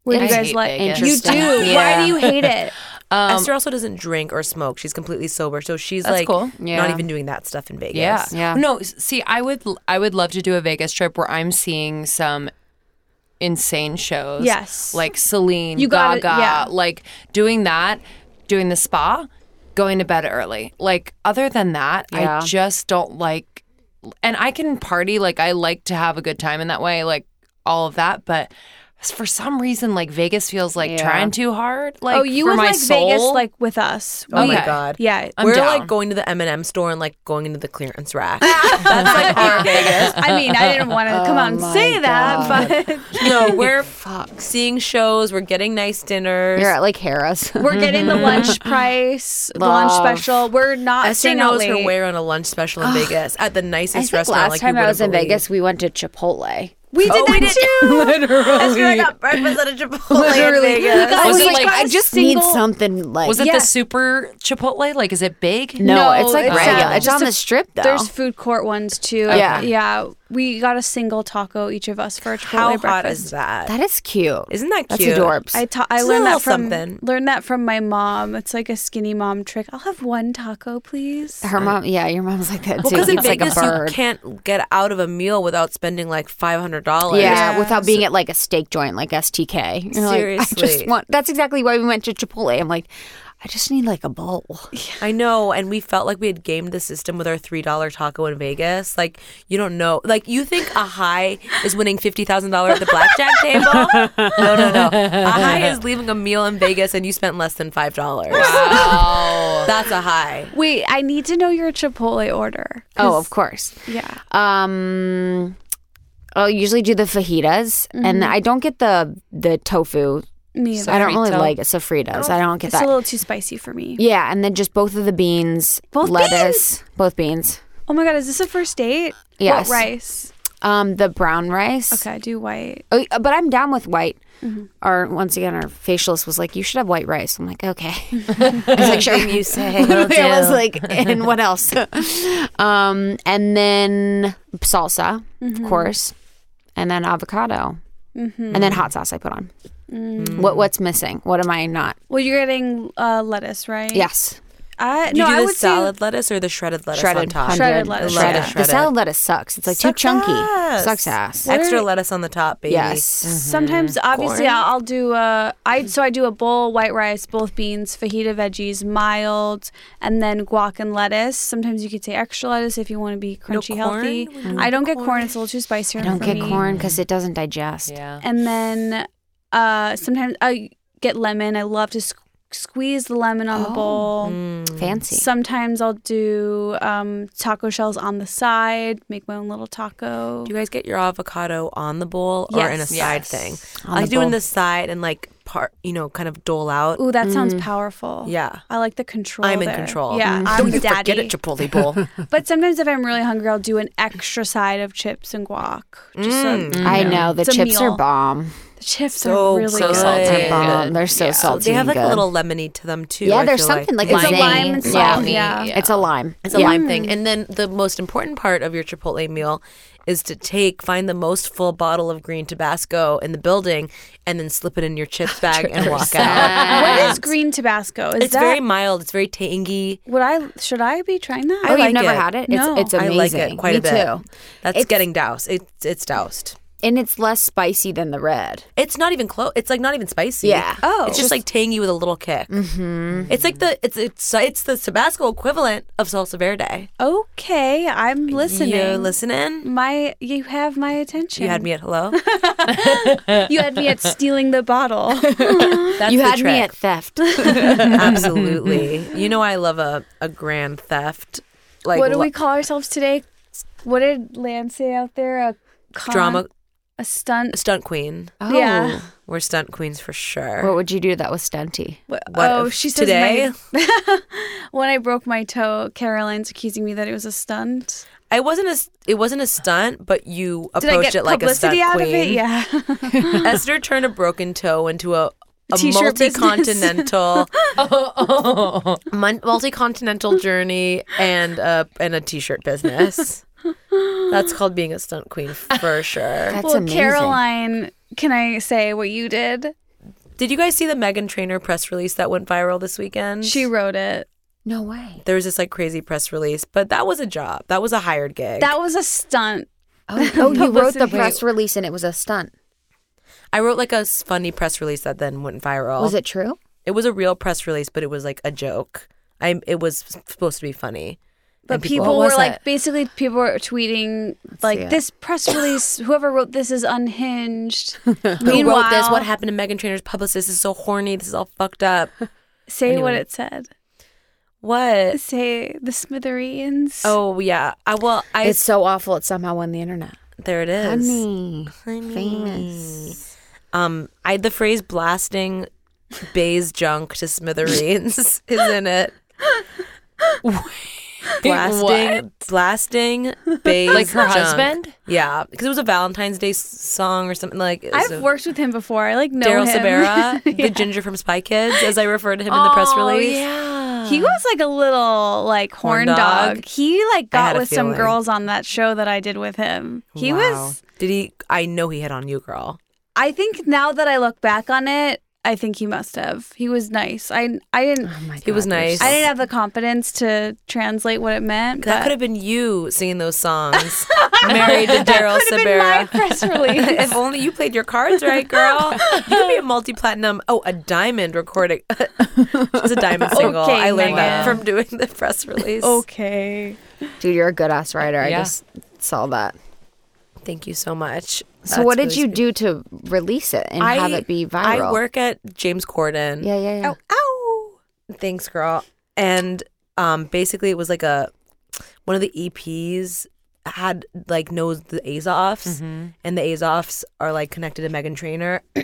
Speaker 2: Where do
Speaker 5: I
Speaker 2: you guys
Speaker 5: hate
Speaker 2: like?
Speaker 5: Vegas.
Speaker 2: You do.
Speaker 4: Interesting.
Speaker 2: Why
Speaker 4: Yeah.
Speaker 2: do you hate it?
Speaker 5: Um,
Speaker 3: Esther also doesn't drink or smoke. She's completely sober, so she's
Speaker 5: That's
Speaker 3: like
Speaker 5: cool.
Speaker 3: not
Speaker 4: Yeah.
Speaker 3: even doing that stuff in Vegas.
Speaker 5: yeah.
Speaker 4: Yeah.
Speaker 5: No, s- see, I would l- I would love to do a Vegas trip where I'm seeing some insane shows.
Speaker 2: Yes.
Speaker 5: Like Celine,
Speaker 2: You gotta-
Speaker 5: Gaga,
Speaker 2: yeah.
Speaker 5: like doing that, doing the spa, going to bed early. Like other than that,
Speaker 4: Yeah.
Speaker 5: I just don't like and I can party like I like to have a good time in that way, like all of that, but for some reason, like Vegas feels like trying too hard. Like
Speaker 2: oh, you
Speaker 5: for
Speaker 2: would
Speaker 5: my
Speaker 2: like Vegas
Speaker 5: soul.
Speaker 2: like with us.
Speaker 3: Oh
Speaker 5: Okay.
Speaker 3: my god.
Speaker 2: Yeah.
Speaker 5: I'm
Speaker 3: We're
Speaker 5: down.
Speaker 3: like going to the M&M store and like going into the clearance rack. *laughs* That's like our Vegas.
Speaker 2: I mean, I didn't want to come out and say that, but *laughs*
Speaker 3: *laughs* No, we're seeing shows. We're getting nice dinners.
Speaker 4: you're at like *laughs* Harris.
Speaker 2: we're getting the lunch price, lunch
Speaker 4: Love.
Speaker 2: special. We're not
Speaker 3: Esther
Speaker 2: staying out
Speaker 3: knows
Speaker 2: late.
Speaker 3: her way on a lunch special in Vegas at the
Speaker 4: I
Speaker 3: nicest
Speaker 4: think
Speaker 3: restaurant.
Speaker 4: last
Speaker 3: like
Speaker 4: time
Speaker 3: you
Speaker 4: I was in
Speaker 3: wouldn't believe.
Speaker 4: Vegas, we went to Chipotle.
Speaker 2: we
Speaker 3: Oh,
Speaker 2: did that
Speaker 4: *laughs*
Speaker 2: too.
Speaker 3: *laughs* Esther, I got breakfast at a Chipotle in Vegas.
Speaker 4: I
Speaker 5: Was
Speaker 4: was
Speaker 5: it
Speaker 4: like,
Speaker 5: like
Speaker 4: I
Speaker 5: a
Speaker 4: just
Speaker 2: single-
Speaker 4: need something like.
Speaker 5: Was it
Speaker 2: Yeah.
Speaker 5: the super Chipotle? Like, is it big?
Speaker 4: No,
Speaker 2: No,
Speaker 4: it's like
Speaker 2: it's
Speaker 4: regular.
Speaker 2: not.
Speaker 4: It's
Speaker 2: Just
Speaker 4: on
Speaker 2: a-
Speaker 4: the strip though.
Speaker 2: There's food court ones too.
Speaker 4: Yeah.
Speaker 2: yeah. We got a single taco each of us for a Chipotle
Speaker 3: How
Speaker 2: breakfast.
Speaker 3: hot is that?
Speaker 4: that is cute.
Speaker 3: Isn't that
Speaker 4: That's
Speaker 3: cute?
Speaker 4: adorbs.
Speaker 2: I ta- I
Speaker 3: It's a
Speaker 2: learned
Speaker 3: little
Speaker 2: that from
Speaker 3: something.
Speaker 2: learned that from my mom. It's like a skinny mom trick. I'll have one taco, please.
Speaker 4: Her mom, yeah, your mom's like that too.
Speaker 3: Well, because in
Speaker 4: Eats like a
Speaker 3: Vegas you
Speaker 4: bird.
Speaker 3: can't get out of a meal without spending like five hundred dollars.
Speaker 4: Yeah,
Speaker 2: Yeah.
Speaker 4: without being at like a steak joint like STK. You're like, I
Speaker 3: Seriously.
Speaker 4: just want. That's exactly why we went to Chipotle. I'm like, I just need like a bowl.
Speaker 3: I know, and we felt like we had gamed the system with our three dollar taco in Vegas. Like you don't know, like you think a high is winning fifty thousand dollars at the
Speaker 2: *laughs*
Speaker 3: blackjack table? No, no, no. A high is leaving a meal in Vegas and you spent less than five dollars.
Speaker 5: Wow.
Speaker 3: That's a
Speaker 2: *laughs*
Speaker 3: high.
Speaker 2: Wait, I need to know your Chipotle order.
Speaker 4: Oh, of course.
Speaker 2: Yeah.
Speaker 4: Um, I'll usually do the fajitas, and I don't get the the tofu.
Speaker 2: Me
Speaker 4: I
Speaker 2: either.
Speaker 4: don't really
Speaker 5: Sofrito.
Speaker 4: like sofritos. I don't get
Speaker 2: It's a
Speaker 4: that.
Speaker 2: little too spicy for me.
Speaker 4: yeah, and then just both of the beans,
Speaker 2: Both
Speaker 4: lettuce, both beans.
Speaker 2: Oh my god, is this a first date?
Speaker 4: Yes.
Speaker 2: What rice?
Speaker 4: Um, the brown rice.
Speaker 2: Okay, I do white.
Speaker 4: Oh, but I'm down with white. Our once again, our facialist was like, "You should have white rice." I'm like, "Okay." *laughs* I was like, "Sure." You
Speaker 2: *laughs*
Speaker 4: say. I was like, "And what else?" *laughs* um, and then salsa, of course, and then avocado, and then hot sauce. I put on. What What's missing? What am I not?
Speaker 2: Well, you're getting uh, lettuce, right?
Speaker 4: Yes.
Speaker 2: I
Speaker 3: Do you
Speaker 2: no,
Speaker 3: do
Speaker 2: I
Speaker 3: the
Speaker 2: would
Speaker 3: salad
Speaker 2: say
Speaker 3: lettuce or the shredded lettuce on
Speaker 4: shredded,
Speaker 3: top?
Speaker 4: 100.
Speaker 2: Shredded
Speaker 3: I
Speaker 2: lettuce.
Speaker 3: love
Speaker 4: Shredded.
Speaker 3: the
Speaker 4: The
Speaker 3: shredded.
Speaker 4: salad lettuce. It's like
Speaker 3: Sucks
Speaker 4: too chunky.
Speaker 3: ass.
Speaker 4: Sucks ass.
Speaker 3: Extra lettuce on the top, baby.
Speaker 4: Yes.
Speaker 2: sometimes
Speaker 4: Mm-hmm.
Speaker 2: obviously
Speaker 3: Corn.
Speaker 2: I'll, I'll do uh I so I do a bowl white rice, both beans, fajita veggies, mild, and then guac and lettuce. Sometimes you could say extra lettuce if you want to be crunchy
Speaker 3: corn?
Speaker 2: healthy.
Speaker 3: We don't
Speaker 2: I don't get
Speaker 3: corn.
Speaker 2: corn; it's a little too spicy.
Speaker 4: Mm. I don't
Speaker 2: for
Speaker 4: get
Speaker 2: me.
Speaker 4: corn because it doesn't digest.
Speaker 5: Yeah.
Speaker 2: And then uh sometimes I get lemon. I love to squ- squeeze the lemon on the
Speaker 4: Oh.
Speaker 2: bowl.
Speaker 3: Mm.
Speaker 4: Fancy.
Speaker 2: Sometimes I'll do um, taco shells on the side, make my own little taco.
Speaker 3: Do you guys get your avocado on the bowl or in a
Speaker 2: Yes.
Speaker 3: side
Speaker 5: Yes.
Speaker 3: thing?
Speaker 4: On
Speaker 3: I
Speaker 4: the
Speaker 3: do in
Speaker 4: bowl.
Speaker 3: the side and like part, you know, kind of dole out.
Speaker 2: Ooh, that sounds
Speaker 4: Mm.
Speaker 2: powerful.
Speaker 3: Yeah.
Speaker 2: I like the control.
Speaker 3: I'm in
Speaker 2: there.
Speaker 3: control. Mm.
Speaker 2: Yeah, I'm
Speaker 5: Don't you
Speaker 2: daddy.
Speaker 5: forget it, Chipotle
Speaker 2: *laughs*
Speaker 5: bowl.
Speaker 2: But sometimes if I'm really hungry, I'll do an extra side of chips and guac. Just so,
Speaker 4: I know the
Speaker 2: It's a
Speaker 4: chips
Speaker 2: meal.
Speaker 4: are bomb.
Speaker 2: the chips
Speaker 3: Mm. So
Speaker 2: are really
Speaker 3: so
Speaker 2: good.
Speaker 3: salty.
Speaker 4: They're
Speaker 5: Yeah.
Speaker 4: bomb. They're so salty.
Speaker 3: They have like
Speaker 4: and
Speaker 3: a
Speaker 4: good.
Speaker 3: little lemony to them too.
Speaker 4: Yeah,
Speaker 3: I
Speaker 4: there's
Speaker 3: feel
Speaker 4: something like,
Speaker 2: It's a
Speaker 4: limey.
Speaker 2: lime and Mm. salt, yeah.
Speaker 5: yeah.
Speaker 4: It's a lime.
Speaker 3: It's a
Speaker 4: Yeah.
Speaker 3: lime thing. And then the most important part of your Chipotle meal is to take, find the most full bottle of green Tabasco in the building, and then slip it in your chips bag and walk out.
Speaker 2: What is green Tabasco? Is
Speaker 3: It's
Speaker 2: that
Speaker 3: very mild. It's very tangy.
Speaker 2: would I should I be trying that?
Speaker 3: I
Speaker 4: Oh,
Speaker 3: like
Speaker 4: you've never
Speaker 3: it.
Speaker 4: had it?
Speaker 2: No.
Speaker 4: It's, it's amazing.
Speaker 3: I like it quite
Speaker 4: Me
Speaker 3: a bit.
Speaker 4: too.
Speaker 3: That's
Speaker 4: It's-
Speaker 3: getting doused. It's it's doused.
Speaker 4: And it's less spicy than the red.
Speaker 3: It's not even close. It's like not even spicy.
Speaker 4: Yeah.
Speaker 3: Oh. It's just, like tangy with a little kick. Mm-hmm. It's like the it's it's it's the Tabasco equivalent of salsa verde.
Speaker 2: okay, I'm listening.
Speaker 3: You're listening.
Speaker 2: My you have my attention.
Speaker 3: You had
Speaker 2: *laughs*
Speaker 3: me at hello.
Speaker 2: You had me at stealing
Speaker 3: *laughs*
Speaker 2: the bottle.
Speaker 3: That's
Speaker 4: you
Speaker 3: the
Speaker 4: had
Speaker 3: trick.
Speaker 4: me at *laughs* theft. *laughs*
Speaker 3: Absolutely. You know I love a, a grand theft. Like
Speaker 2: what do
Speaker 3: lo-
Speaker 2: we call ourselves today? What did Lance say out there? A con-
Speaker 3: drama
Speaker 2: a stunt.
Speaker 3: stunt queen.
Speaker 4: Oh.
Speaker 2: Yeah.
Speaker 3: We're stunt queens for sure.
Speaker 4: What would you do that was stunty?
Speaker 2: What,
Speaker 3: What
Speaker 2: oh,
Speaker 3: if
Speaker 2: she says
Speaker 3: today?
Speaker 2: my- *laughs* when I broke my toe, Caroline's accusing me that it was a stunt.
Speaker 3: I wasn't a s- it wasn't a stunt, but you
Speaker 2: Did I
Speaker 3: approached
Speaker 2: get
Speaker 3: it like a stunt
Speaker 2: publicity out
Speaker 3: queen.
Speaker 2: of it? Yeah. *laughs*
Speaker 3: Esther turned a broken toe into a, a
Speaker 2: T-shirt business. *laughs*
Speaker 3: multi-continental mon- multi-continental journey and a and a t-shirt business. That's called being a stunt queen for sure.
Speaker 4: That's
Speaker 2: *laughs* well,
Speaker 4: amazing.
Speaker 2: Caroline, can I say what you did?
Speaker 3: Did you guys see the Megan Trainor press release that went viral this weekend?
Speaker 2: She wrote it.
Speaker 4: No *laughs* way.
Speaker 3: there was this like crazy press release, but that was a job. That was a hired gig.
Speaker 2: That was a stunt.
Speaker 4: Oh, oh, you wrote the
Speaker 2: Publicity.
Speaker 4: press release and it was a stunt.
Speaker 3: I wrote like a s- funny press release that then went viral.
Speaker 4: Was it true?
Speaker 3: It was a real press release, but it was like a joke. I it was supposed to be funny.
Speaker 2: But
Speaker 3: And
Speaker 2: people,
Speaker 5: What
Speaker 2: were
Speaker 5: was
Speaker 2: like,
Speaker 5: it?
Speaker 2: basically, people were tweeting like,
Speaker 4: see it.
Speaker 2: "This press release, whoever wrote this is unhinged."
Speaker 3: Who
Speaker 2: Meanwhile,
Speaker 3: wrote this? What happened to Megan Trainor's publicist? This is so horny. This is all fucked up.
Speaker 2: Say what
Speaker 3: Anyway.
Speaker 2: it said.
Speaker 3: What?
Speaker 2: Say the Smithereens.
Speaker 3: Oh yeah. I well I
Speaker 4: it's so awful. It somehow on the internet.
Speaker 3: there it is.
Speaker 4: Mm, Honey,
Speaker 3: Honey.
Speaker 4: famous.
Speaker 3: Um I the phrase blasting Bay's junk to smithereens *laughs* is in it. blasting blasting Bay's
Speaker 5: Like her
Speaker 3: junk.
Speaker 5: husband?
Speaker 3: Yeah, because it was a Valentine's Day s- song or something like it was
Speaker 2: I've
Speaker 3: a-
Speaker 2: worked with him before. I like know
Speaker 3: Daryl
Speaker 2: him. *laughs*
Speaker 3: Sabera, the ginger from Spy Kids, as I referred to him in the press
Speaker 2: Oh,
Speaker 3: release.
Speaker 5: Yeah.
Speaker 2: He was like a little like
Speaker 3: Horn
Speaker 2: horn
Speaker 3: dog.
Speaker 2: dog. He like
Speaker 3: had
Speaker 2: got
Speaker 3: a
Speaker 2: with some
Speaker 3: feeling.
Speaker 2: girls on that show that I did with him. He was.
Speaker 3: Did he? I know he hit on you, girl.
Speaker 2: I think now that I look back on it, I think he must have. He was nice. I I didn't.
Speaker 4: Oh my God,
Speaker 3: He was
Speaker 4: you're
Speaker 3: nice.
Speaker 4: so-
Speaker 2: I didn't have the confidence to translate what it meant.
Speaker 3: That could
Speaker 2: but
Speaker 3: have been you singing those songs, *laughs* married to Daryl
Speaker 2: could've been my
Speaker 3: Sabera. *laughs*
Speaker 2: press release.
Speaker 3: If only you played your cards right, girl. You could be a multi-platinum, oh, a diamond recording. *laughs* She's a diamond single.
Speaker 2: Okay, Oh,
Speaker 3: I learned that
Speaker 5: Megan.
Speaker 3: from doing the press release.
Speaker 2: okay.
Speaker 4: Dude, you're a good ass writer. I
Speaker 5: Yeah.
Speaker 4: just saw that.
Speaker 3: thank you so much.
Speaker 4: So,
Speaker 3: That's
Speaker 4: what did
Speaker 3: really
Speaker 4: you
Speaker 3: sweet.
Speaker 4: do to release it and have it be viral?
Speaker 3: I work at James Corden.
Speaker 4: Yeah, yeah, yeah.
Speaker 3: Ow. Thanks, girl. And um, basically, it was like a one of the EPs had like knows the Azoffs, and the Azoffs are like connected to Megan Trainor. *clears throat*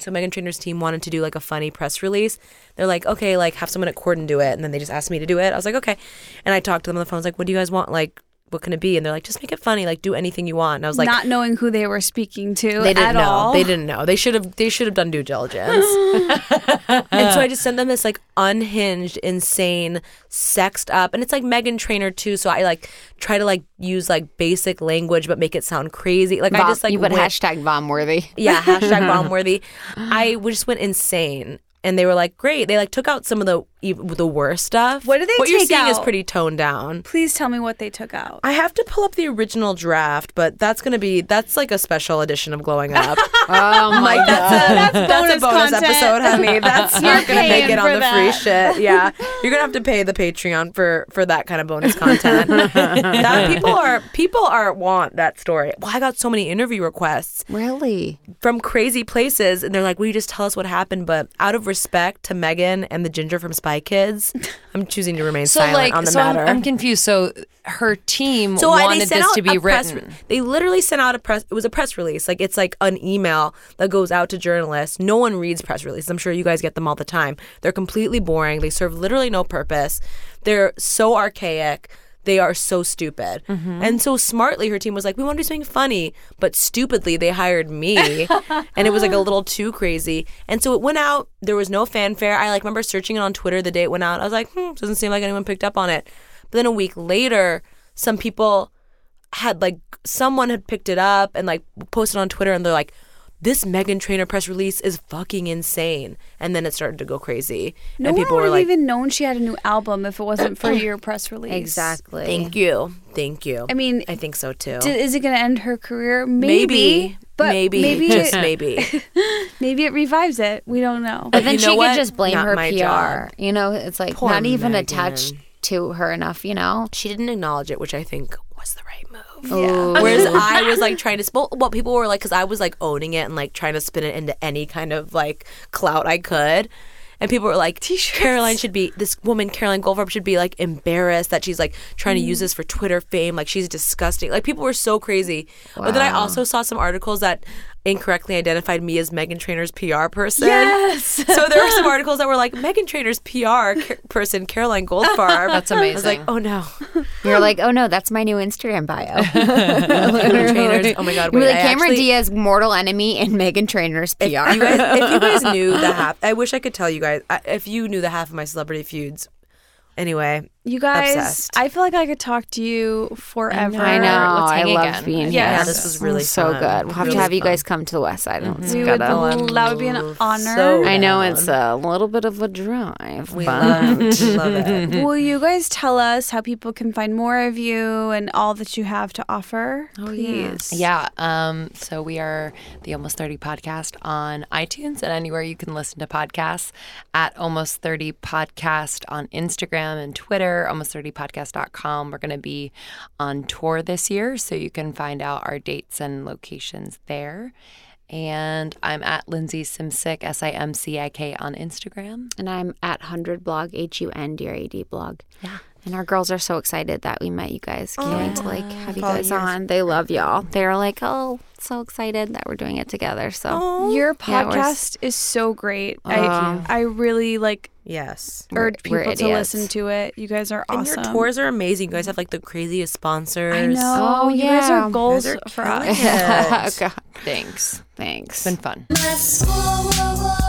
Speaker 3: so Megan Trainor's team wanted to do like a funny press release. They're like, okay, like have someone at Corden do it, and then they just asked me to do it. I was like, okay. And I talked to them on the phone. I was like, what do you guys want? Like, what can it be? And they're like, just make it funny. Like, do anything you want. And I was like,
Speaker 2: Not knowing who they were speaking to
Speaker 3: they didn't
Speaker 2: at
Speaker 3: know.
Speaker 2: all.
Speaker 3: They didn't know. They should have. They should have done due *laughs* diligence. and so I just sent them this like unhinged, insane, sexed up, and it's like Megan Trainer too. So I like try to like use like basic language, but make it sound crazy. Like I
Speaker 4: Vom-
Speaker 3: just like
Speaker 4: you put
Speaker 3: went-
Speaker 4: hashtag vom worthy.
Speaker 3: *laughs* yeah hashtag bomb worthy. I w- just went insane, and they were like, great. They like took out some of the even the worst stuff.
Speaker 2: What did they
Speaker 3: What you're
Speaker 2: take
Speaker 3: seeing is
Speaker 2: out?
Speaker 3: pretty toned down.
Speaker 2: Please tell me what they took out.
Speaker 3: I have to pull up the original draft, but that's gonna be that's like a special edition of Glowing Up.
Speaker 4: Oh my god.
Speaker 2: That's,
Speaker 3: that's a bonus episode, *laughs*
Speaker 5: *laughs*
Speaker 3: honey. That's not
Speaker 2: You're
Speaker 3: gonna make
Speaker 2: paying
Speaker 3: it on
Speaker 2: for
Speaker 3: the
Speaker 2: that.
Speaker 3: free shit. Yeah, you're gonna have to pay the Patreon for for that kind of bonus content. that people are people are want that story. Well, I got so many interview requests
Speaker 4: really?
Speaker 3: from crazy places, and they're like, "Will you just tell us what happened?" But out of respect to Megan and the ginger from Spy Kids, I'm choosing to remain
Speaker 5: So
Speaker 3: silent
Speaker 5: like,
Speaker 3: on the
Speaker 5: so I'm,
Speaker 3: matter.
Speaker 5: I'm confused. So her team
Speaker 3: So I- they
Speaker 5: wanted
Speaker 3: sent
Speaker 5: this
Speaker 3: out
Speaker 5: to be
Speaker 3: a press,
Speaker 5: written.
Speaker 3: They literally sent out a press. It was a press release. Like it's like an email that goes out to journalists. No one reads press releases. I'm sure you guys get them all the time. They're completely boring. They serve literally no purpose. They're so archaic. They are so stupid. And so smartly, her team was like, "We want to do something funny," but stupidly, they hired me, *laughs* and it was like a little too crazy. And so it went out. There was no fanfare. I like remember searching it on Twitter the day it went out. I was like, "Hmm, doesn't seem like anyone picked up on it." But then a week later, some people had like someone had picked it up and like posted on Twitter and they're like this Megan Trainer press release is fucking insane and then it started to go crazy
Speaker 2: No
Speaker 3: and
Speaker 2: one
Speaker 3: people
Speaker 2: would
Speaker 3: were
Speaker 2: have
Speaker 3: like
Speaker 2: even known she had a new album if it
Speaker 3: *clears throat*
Speaker 2: wasn't for your press release.
Speaker 4: Exactly.
Speaker 3: thank you thank you
Speaker 2: I mean,
Speaker 3: I think so too
Speaker 2: d- is it going to end her career? Maybe.
Speaker 3: maybe
Speaker 2: but
Speaker 3: maybe *laughs*
Speaker 2: maybe
Speaker 3: just
Speaker 2: it,
Speaker 3: maybe
Speaker 2: *laughs*
Speaker 3: Uh,
Speaker 2: maybe it revives it. We don't know.
Speaker 4: But then
Speaker 3: you know
Speaker 4: she could
Speaker 3: what?
Speaker 4: just blame
Speaker 3: Not
Speaker 4: her
Speaker 3: my
Speaker 4: PR.
Speaker 3: job.
Speaker 4: You know, it's like
Speaker 3: Poor
Speaker 4: not even
Speaker 3: Megan.
Speaker 4: attached to her enough, you know?
Speaker 3: she didn't acknowledge it which I think was the right move
Speaker 4: *laughs* Ooh.
Speaker 3: *laughs* Whereas I was like trying to spell what people were like, because I was like owning it and like trying to spin it into any kind of like clout I could. And people were like, Caroline should be, this woman, Caroline Goldfarb, should be like embarrassed that she's like trying to use this for Twitter fame. Like she's disgusting. Like people were so crazy. But then I also saw some articles that incorrectly identified me as Megan Trainor's PR person. Yes. *laughs* so there were some articles that were like, Megan Trainor's PR ca- person, Caroline *laughs* Goldfarb.
Speaker 5: That's
Speaker 3: I was like,
Speaker 5: amazing.
Speaker 3: oh *laughs* no.
Speaker 4: You're like, oh no, that's my new
Speaker 3: *laughs*
Speaker 4: Instagram bio.
Speaker 3: Megan Trainor's, oh my God.
Speaker 4: You're
Speaker 3: wait,
Speaker 4: like
Speaker 3: I
Speaker 4: Cameron
Speaker 3: actually-
Speaker 4: Diaz, mortal enemy, and Megan Trainor's PR.
Speaker 3: You guys, if you
Speaker 2: *laughs*
Speaker 3: guys knew the half, I wish I could tell you guys. I, if you knew the half of my celebrity feuds, anyway.
Speaker 2: You guys,
Speaker 3: Obsessed.
Speaker 2: I feel like I could talk to you
Speaker 4: *laughs*
Speaker 2: forever.
Speaker 4: I know.
Speaker 5: Let's
Speaker 4: I
Speaker 5: hang
Speaker 4: love
Speaker 5: again.
Speaker 4: being
Speaker 2: Yeah,
Speaker 4: here.
Speaker 2: Yes.
Speaker 3: Yeah, this was really fun.
Speaker 4: so good. We'll have
Speaker 3: Really
Speaker 4: to have you
Speaker 3: fun. Mm-hmm.
Speaker 4: guys come to the West Side. It's
Speaker 2: We would,
Speaker 4: gotta-
Speaker 2: Oh, that would be an honor.
Speaker 3: Oh, So
Speaker 4: I know
Speaker 3: down.
Speaker 4: it's a little bit of a drive,
Speaker 3: We
Speaker 4: but
Speaker 3: love, we love
Speaker 4: *laughs*
Speaker 3: it.
Speaker 4: Mm.
Speaker 2: Will you guys tell us how people can find more of you and all that you have to offer?
Speaker 4: Oh,
Speaker 2: Please.
Speaker 5: Yeah. Um, so we are the Almost 30 podcast on iTunes and anywhere you can listen to podcasts at Almost 30 Podcast on Instagram and Twitter, almost30podcast.com. We're going to be on tour this year, so you can find out our dates and locations there. And I'm at Lindsay Simsick, S I M C I K, on Instagram.
Speaker 4: and I'm at hundred blog, H U N D R A D blog. Yeah. And our girls are so excited that we met you guys. Can't wait to like have you guys on. They love y'all. They're like, oh, so excited that we're doing it together. So
Speaker 2: Your
Speaker 4: Yeah, we're s-
Speaker 2: podcast is so great. I I really like
Speaker 3: Yes.
Speaker 2: urge
Speaker 4: we're
Speaker 2: people to
Speaker 4: idiots.
Speaker 2: listen to it. You guys are
Speaker 3: And
Speaker 2: awesome.
Speaker 3: your tours are amazing. You guys have like the craziest sponsors.
Speaker 2: I know.
Speaker 4: Oh,
Speaker 2: you guys
Speaker 4: yeah.
Speaker 2: are goals
Speaker 3: Those are
Speaker 2: for us.
Speaker 4: *laughs*
Speaker 3: killing it.
Speaker 4: God,
Speaker 5: Thanks.
Speaker 4: thanks.
Speaker 5: It's been fun.
Speaker 1: Let's go, go, go,